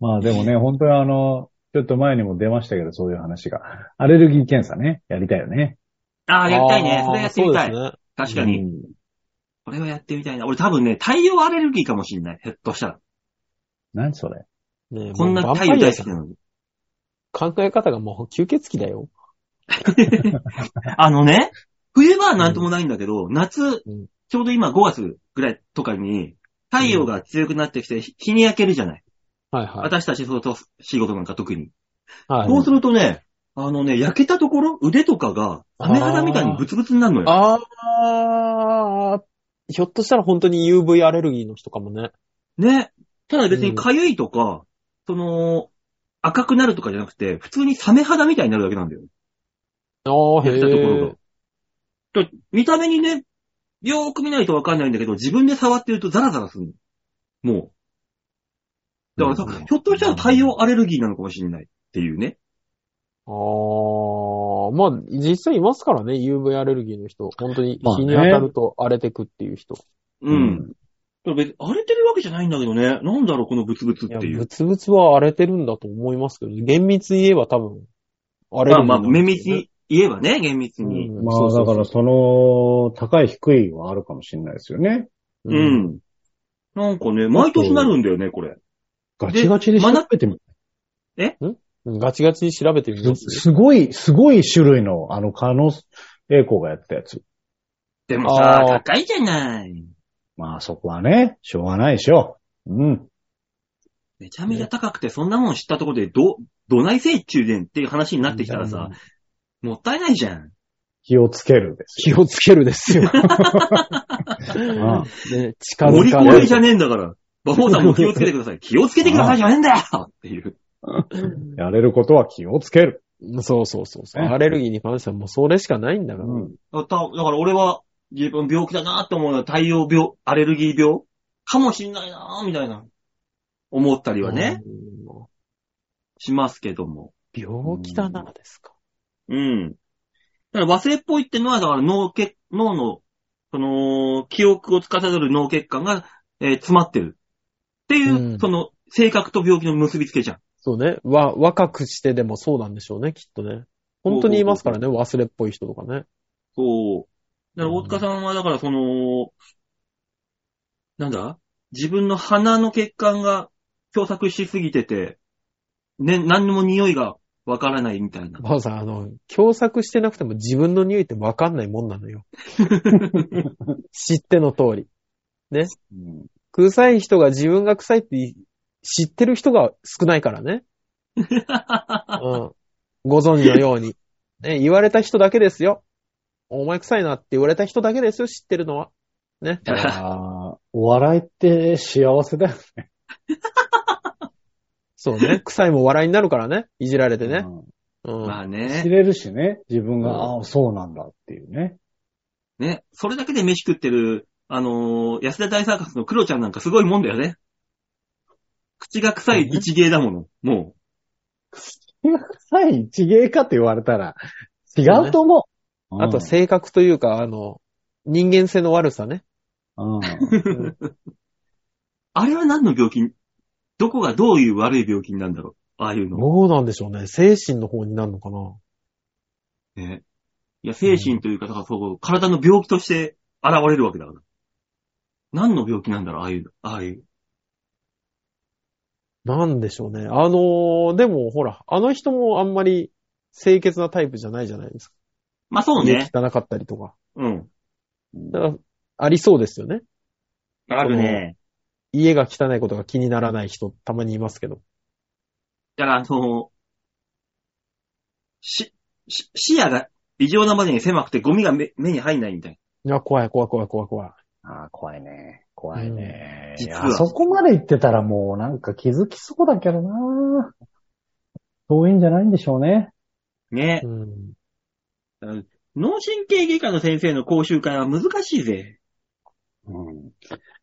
Speaker 4: まあで もね、本当にあの、ちょっと前にも出ましたけど、そういう話が。アレルギー検査ね、やりたいよね。
Speaker 2: ああ、やりたいね
Speaker 3: あ。ー
Speaker 2: それやってみたい。
Speaker 3: そうですね。
Speaker 2: 確かに。
Speaker 4: うん
Speaker 2: これはやってみたいな。俺多分ね、太陽アレルギーかもしんない。ひょっとしたら。
Speaker 4: 何それ
Speaker 3: ねえ
Speaker 2: こんな
Speaker 3: もう
Speaker 2: 太陽
Speaker 3: ヴァンパイア
Speaker 2: 大
Speaker 3: さ
Speaker 2: 好
Speaker 3: ん
Speaker 2: きなのに。
Speaker 3: 考え方がもう吸血鬼だよ。
Speaker 2: あのね、冬場はなんともないんだけど、夏
Speaker 3: うん、
Speaker 2: ちょうど今5月ぐらいとかに、太陽が強くなってきて、日日に焼けるじゃない。
Speaker 3: はいはい。
Speaker 2: 私たちそうと仕事なんか特に。
Speaker 3: はい、
Speaker 2: そうするとね、あのね、焼けたところ、腕とかが、アメ肌みたいにブツブツになるのよ。
Speaker 3: ああ、ひょっとしたら本当に UV アレルギーの人かもね。
Speaker 2: ね。ただ別に痒いとか、その、赤くなるとかじゃなくて、普通にサメ肌みたいになるだけなんだよ。
Speaker 3: ああ、
Speaker 2: や
Speaker 3: へ
Speaker 2: ったところ
Speaker 3: え
Speaker 2: が。。と見た目にね、よーく見ないとわかんないんだけど、自分で触ってるとザラザラするの。もう。だからさ、
Speaker 3: うん
Speaker 2: ひょっとしたら太陽アレルギーなのかもしれないっていうね。
Speaker 3: ああ、まあ、実際いますからね、UV アレルギーの人。本当に
Speaker 4: まあ
Speaker 3: 日
Speaker 4: ね
Speaker 3: に当たると荒れてくっていう人。
Speaker 2: う。
Speaker 4: うん
Speaker 2: だから別に荒れてるわけじゃないんだけどね。なんだろう、このブツブツっ
Speaker 3: いや、
Speaker 2: てい
Speaker 3: ブ
Speaker 2: う。
Speaker 3: ツブツは荒れてるんだと思いますけど、厳密に言えば多分、荒れ
Speaker 2: ま
Speaker 3: る
Speaker 2: あまあ、綿密に言えばね、厳密に。
Speaker 4: まあだからその、高い低いはあるかもしれないですよね。
Speaker 2: う
Speaker 3: うん
Speaker 2: ん。なんかね、毎年なるんだよね、これ。
Speaker 4: ガチガチで調べてみ
Speaker 3: ガチガチに調べてみ
Speaker 4: す
Speaker 3: ます。
Speaker 4: すごい、すごい種類の、あの、可能、栄光がやってたやつ。
Speaker 2: でもさ、
Speaker 3: あー
Speaker 2: 高いじゃない。
Speaker 4: まあそこはね、しょうがないでしょ。うん。
Speaker 2: めちゃめちゃ高くて、そんなもん知ったところで、ど、どないせい中伝っていう話になってきたらさ、もったいないじゃん。
Speaker 4: 気をつけるです
Speaker 3: 気
Speaker 4: よ。
Speaker 3: をつけるですよ。
Speaker 4: ああ
Speaker 3: ね、近
Speaker 2: 盛
Speaker 3: づ
Speaker 2: り
Speaker 3: か
Speaker 2: 込
Speaker 3: な
Speaker 2: み
Speaker 3: い
Speaker 2: じ。ゃねえんだから。馬王さんも気をつけてください。気をつけてくださいじゃねえんだよっていう。
Speaker 4: やれることは気をつける。
Speaker 3: そうそうそうそう。
Speaker 4: ね
Speaker 3: アレルギーに関してはもうそれしかないんだから。
Speaker 2: だだから俺は、自分病気だなって思うのは、太陽病、アレルギー病かもしんないなみたいな、思ったりはね、
Speaker 3: うん
Speaker 2: しますけども。
Speaker 3: 病気だな、ですか。
Speaker 2: うん。だから忘れっぽいってのは、だから脳血、脳の、その、記憶を司る脳血管が、えー詰まってる。っていう、
Speaker 3: うん
Speaker 2: その、性格と病気の結びつけじゃん。
Speaker 3: そうね。わ、若くしてでもそうなんでしょうね、きっとね。本当にいますからね、忘れっぽい人とかね。
Speaker 2: そう。だから大塚さんは、だからその、なんだ自分の鼻の血管が狭窄しすぎてて、ね、何にも匂いがわからないみたいな。
Speaker 3: バオさん、あの、共作してなくても自分の匂いってわかんないもんな のよ。知っての通り。
Speaker 4: うん。
Speaker 3: 臭い人が自分が臭いって知ってる人が少ないからね。うん。ご存知のように。ね、言われた人だけですよ。お前臭いなって言われた人だけですよ、知ってるのは。ね。
Speaker 4: いやーお笑いって幸せだよ
Speaker 3: そうね。臭いも笑いになるからね。いじられてね。
Speaker 4: うん
Speaker 3: うん。
Speaker 2: まあ
Speaker 4: 知
Speaker 2: ね。
Speaker 4: れるしね、自分が、
Speaker 3: うん
Speaker 4: ああ、そうなんだっていうね。
Speaker 2: ね。それだけで飯食ってる、あのー安田大サーカスのクロちゃんなんかすごいもんだよね。口が臭い一芸だもの。も
Speaker 4: 臭い一芸かって言われたら、違うと思う。
Speaker 3: あと
Speaker 4: うん
Speaker 3: 性格というか、あの、人間性の悪さね。
Speaker 4: うん
Speaker 2: う。あれは何の病気どこがどういう悪い病気なんだろうああいうの。
Speaker 3: どうなんでしょうね。精神の方になるのかな。
Speaker 2: ね。いや、精神というか、だからそう、体の病気として現れるわけだから。何の病気なんだろうああいう、ああいう。
Speaker 3: なんでしょうね。あのーでもほら、あの人もあんまり清潔なタイプじゃないじゃないですか。
Speaker 2: まあそう
Speaker 3: 家
Speaker 2: ね。
Speaker 3: 汚かったりとか。
Speaker 2: うん。
Speaker 3: だからありそうですよね。
Speaker 2: あるね。
Speaker 3: 家が汚いことが気にならない人、たまにいますけど。
Speaker 2: だから、あの、し、し、視野が異常なまでに狭くてゴミが目目に入んないみたい
Speaker 3: いや、怖い、怖い、怖い、怖い、怖い。
Speaker 4: ああ、怖いね。怖いね。
Speaker 2: うん
Speaker 4: いや
Speaker 2: 実は
Speaker 4: そこまで言ってたらもうなんか気づきそうだけどなそういうんじゃないんでしょうね。
Speaker 2: な。ね。
Speaker 3: うん。
Speaker 2: 脳神経外科の先生の講習会は難しいぜ。
Speaker 4: うん。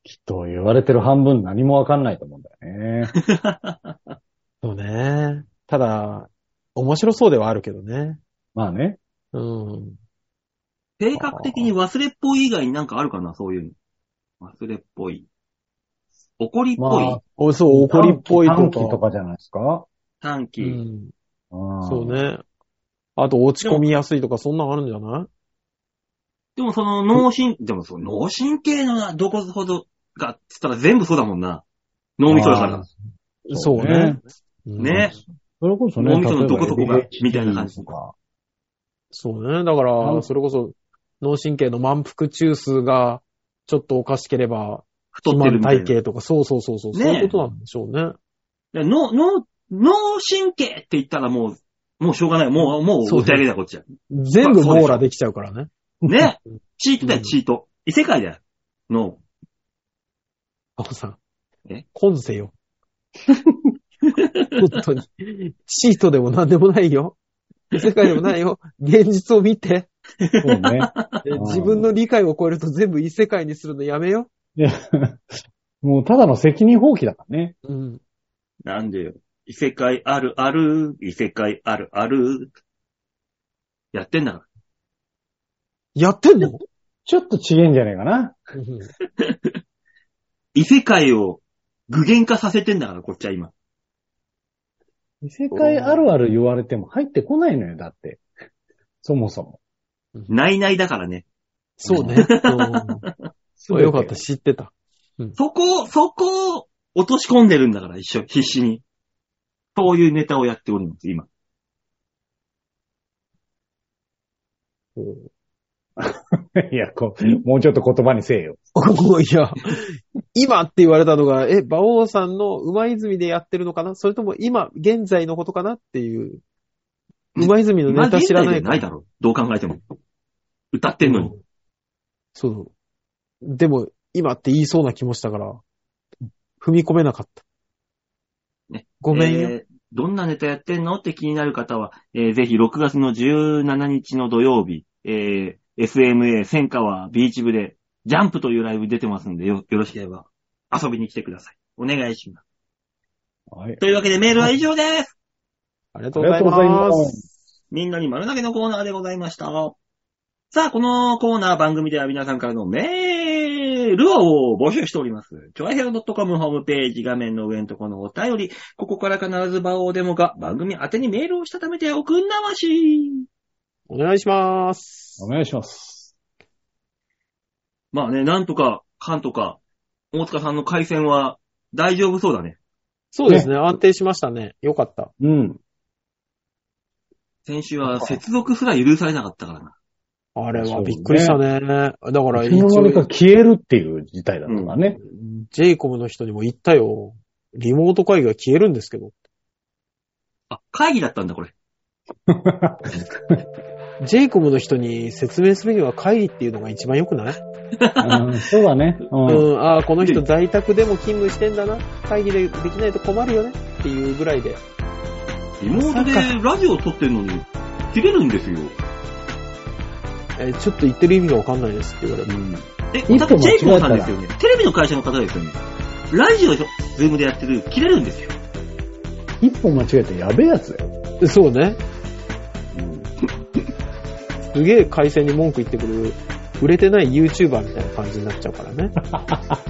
Speaker 4: きっと言われてる半分何もわかんないと思うんだよね。
Speaker 3: そうね。ただ、面白そうではあるけどね。
Speaker 4: まあね。
Speaker 3: うん。
Speaker 2: 性格的に忘れっぽい以外になんかあるかなそういうの。忘れっぽい。怒りっぽい。
Speaker 4: まあ
Speaker 3: おそう、怒りっぽいと
Speaker 4: 短期短期と
Speaker 3: か。
Speaker 4: かじゃないですか。
Speaker 2: 短期。
Speaker 3: うん。
Speaker 4: うん
Speaker 3: そう。ね。あと、落ち込みやすいとか、そんなのあるんじゃない
Speaker 2: でもその脳神、でもその脳神経のなどこほどが、つったら全部そうだもんな。脳みそだから。
Speaker 3: そうね。。うん
Speaker 2: ね。
Speaker 4: それこそね、
Speaker 2: 脳みそのどこどこが
Speaker 4: 例えば
Speaker 2: みたいな感じ
Speaker 4: ADHD とか。
Speaker 3: そうね。だか
Speaker 4: う
Speaker 3: ら、
Speaker 4: ん
Speaker 3: それこそ、脳神経の満腹中枢が、ちょっとおかしければ、
Speaker 2: 太ってるみた
Speaker 3: 体
Speaker 2: いな。だか
Speaker 3: 型とか、そうそうそうそう、
Speaker 2: ね
Speaker 3: そういうことなんでしょうね。
Speaker 2: ら脳、脳、脳神経って言ったらもう、もうしょうがない。もう、もう、
Speaker 3: そう
Speaker 2: お手上げだ、こっちは。
Speaker 3: 全部網羅できちゃうからね。
Speaker 2: ね。チートだよ、チート。異世界だよ。脳。
Speaker 3: アホさん。
Speaker 2: え
Speaker 3: 今世よ。 本当に。シートでも何でもないよ。異世界でもないよ。現実を見て。
Speaker 4: そうね。 ん
Speaker 3: 自分の理解を超えると全部異世界にするのやめよ
Speaker 4: いやもうただの責任放棄だからね。
Speaker 3: う。うん。
Speaker 2: なんでよ。異世界あるある、異世界あるある。やってんだか
Speaker 3: やってんの
Speaker 4: ちょっと違えんじゃねえかな。
Speaker 3: うん
Speaker 2: ら。異世界を具現化させてんだから、こっちは今。
Speaker 4: 異世界あるある言われても入ってこないのよ、だって。そもそも。
Speaker 2: ないないだからね。
Speaker 3: そうね。うんそう よかった、知ってた。
Speaker 2: そこを、そこを落とし込んでるんだから、一緒、必死に。そういうネタをやっております、今。
Speaker 4: いや、こう、もうちょっと言葉にせえよ。
Speaker 3: おいや、今って言われたのが、え、馬王さんの馬泉でやってるのかなそれとも今、現在のことかなっていう。馬泉の
Speaker 2: 今
Speaker 3: ネタ
Speaker 2: 現
Speaker 3: 知ら
Speaker 2: 在
Speaker 3: な
Speaker 2: で
Speaker 3: いか
Speaker 2: ない
Speaker 3: ら。
Speaker 2: だろう。どう考えても。歌ってんのに。
Speaker 3: そう。でも、今って言いそうな気もしたから、踏み込めなかった。
Speaker 2: ね
Speaker 3: ごめんよ。
Speaker 2: えーどんなネタやってんのって気になる方は、えーぜひ6月の17日の土曜日、えー SMA 千川ビーチ部で、ジャンプというライブ出てますんで、よ、よろしければ遊びに来てください。お願いします。
Speaker 4: はい。
Speaker 2: というわけでメールは以上です。
Speaker 3: ありが
Speaker 4: あ
Speaker 3: とう
Speaker 4: り
Speaker 3: ござい
Speaker 4: がとうございま
Speaker 3: ます。
Speaker 4: す。
Speaker 2: みんなに丸投げのコーナーでございました。さあ、このコーナー番組では皆さんからのメールを募集しております。ちょいへよ .com ホームページ画面の上のところのお便り、ここから必ず場をデモか番組宛てにメールをしたためておくんなまし。
Speaker 3: お願いします。
Speaker 4: お願いします。
Speaker 2: まあね、なんとか、かんとか、大塚さんの回線は大丈夫そうだね。
Speaker 3: そうですね。安定しましたね。よかった。
Speaker 4: うん。
Speaker 2: 先週は接続すら許されなかったからな。
Speaker 3: あれはびっくりしたね。だから
Speaker 4: い
Speaker 3: 一
Speaker 4: つの間にか
Speaker 3: 応、
Speaker 4: 消えるっていう事態だったからね。
Speaker 3: ジェイコムの人にも言ったよ。リモート会議が消えるんですけど。
Speaker 2: あ、会議だったんだ、これ。
Speaker 3: ジェイコムの人に説明するには会議っていうのが一番良くない、
Speaker 4: うんそうだね。
Speaker 3: う
Speaker 4: うん。
Speaker 3: ん、ああ、この人在宅でも勤務してんだな。会議でできないと困るよね。っていうぐらいで。
Speaker 2: リモートでラジオ撮ってるのに、切れるんですよ。
Speaker 3: えーちょっと言ってる意味がわかんないですって言われて。
Speaker 2: え、
Speaker 4: 一
Speaker 2: だって
Speaker 4: 歩
Speaker 2: ジェイ
Speaker 4: 間違
Speaker 2: コ
Speaker 4: えた
Speaker 2: ンさ
Speaker 4: ら
Speaker 2: んですよね。テレビの会社の方ですよね。ラジオ、ズームでやってる、切れるんですよ。
Speaker 4: 一歩間違えてやべえやつだ よ。
Speaker 3: そうね。すげえ回線に文句言ってくる、売れてない YouTuber みたいな感じになっちゃうからね。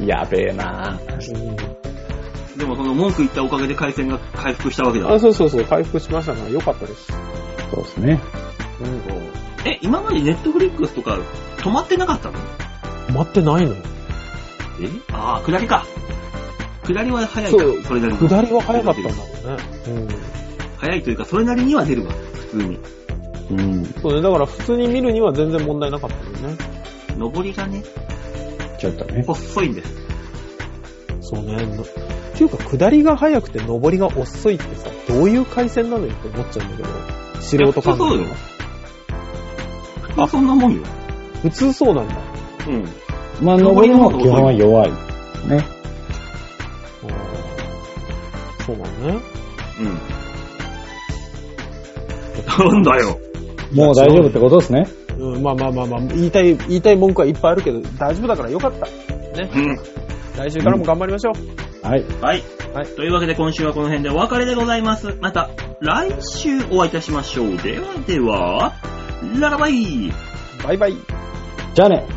Speaker 4: やべえな
Speaker 2: でもその文句言ったおかげで回線が回復したわけだ
Speaker 3: あ、。そうそうそう、回復しましたから良かったです。
Speaker 4: そうですね。
Speaker 2: え、今までネットフリックスとか止まってなかったの
Speaker 3: 待ってないの
Speaker 2: えああ、下りか。下りは早いか。
Speaker 3: そう
Speaker 2: それなりに
Speaker 3: 下りは早かったんだろうね。うん。
Speaker 2: 早いというか、それなりには出るわ。普通に。
Speaker 4: うん。
Speaker 3: そうね、だから普通に見るには全然問題なかったんだよね。
Speaker 2: 上りがね、
Speaker 4: ちょっとね。
Speaker 2: 細いんです。
Speaker 3: そうね。なっていうか、下りが早くて上りが遅いってさ、どういう回線なのよって思っちゃうんだけど、素人感
Speaker 2: いやそうよあ、
Speaker 3: あ
Speaker 2: そんなもんよ。
Speaker 3: 普通そうなんだ。
Speaker 2: うん。
Speaker 4: まあ、
Speaker 2: 登
Speaker 4: 登
Speaker 2: り
Speaker 4: り
Speaker 2: も
Speaker 4: も
Speaker 2: 基
Speaker 4: 基
Speaker 2: 本
Speaker 4: 本
Speaker 2: は
Speaker 4: は弱い。ね。
Speaker 3: あーそうなんだね。
Speaker 2: うん。なんだよ。
Speaker 4: もう大丈夫ってことですね。
Speaker 3: うん、まあまあまあまあ、言いたい、言いたい文句はいっぱいあるけど、大丈夫だからよかった。
Speaker 2: うん。
Speaker 3: 来週からも頑張りましょう。
Speaker 4: はい。
Speaker 2: はい。
Speaker 3: はい
Speaker 2: というわけで今週はこの辺でお別れでございます。また来週お会いいたしましょう。ではでは、ララバイ
Speaker 3: バイバイ。
Speaker 4: じゃあね。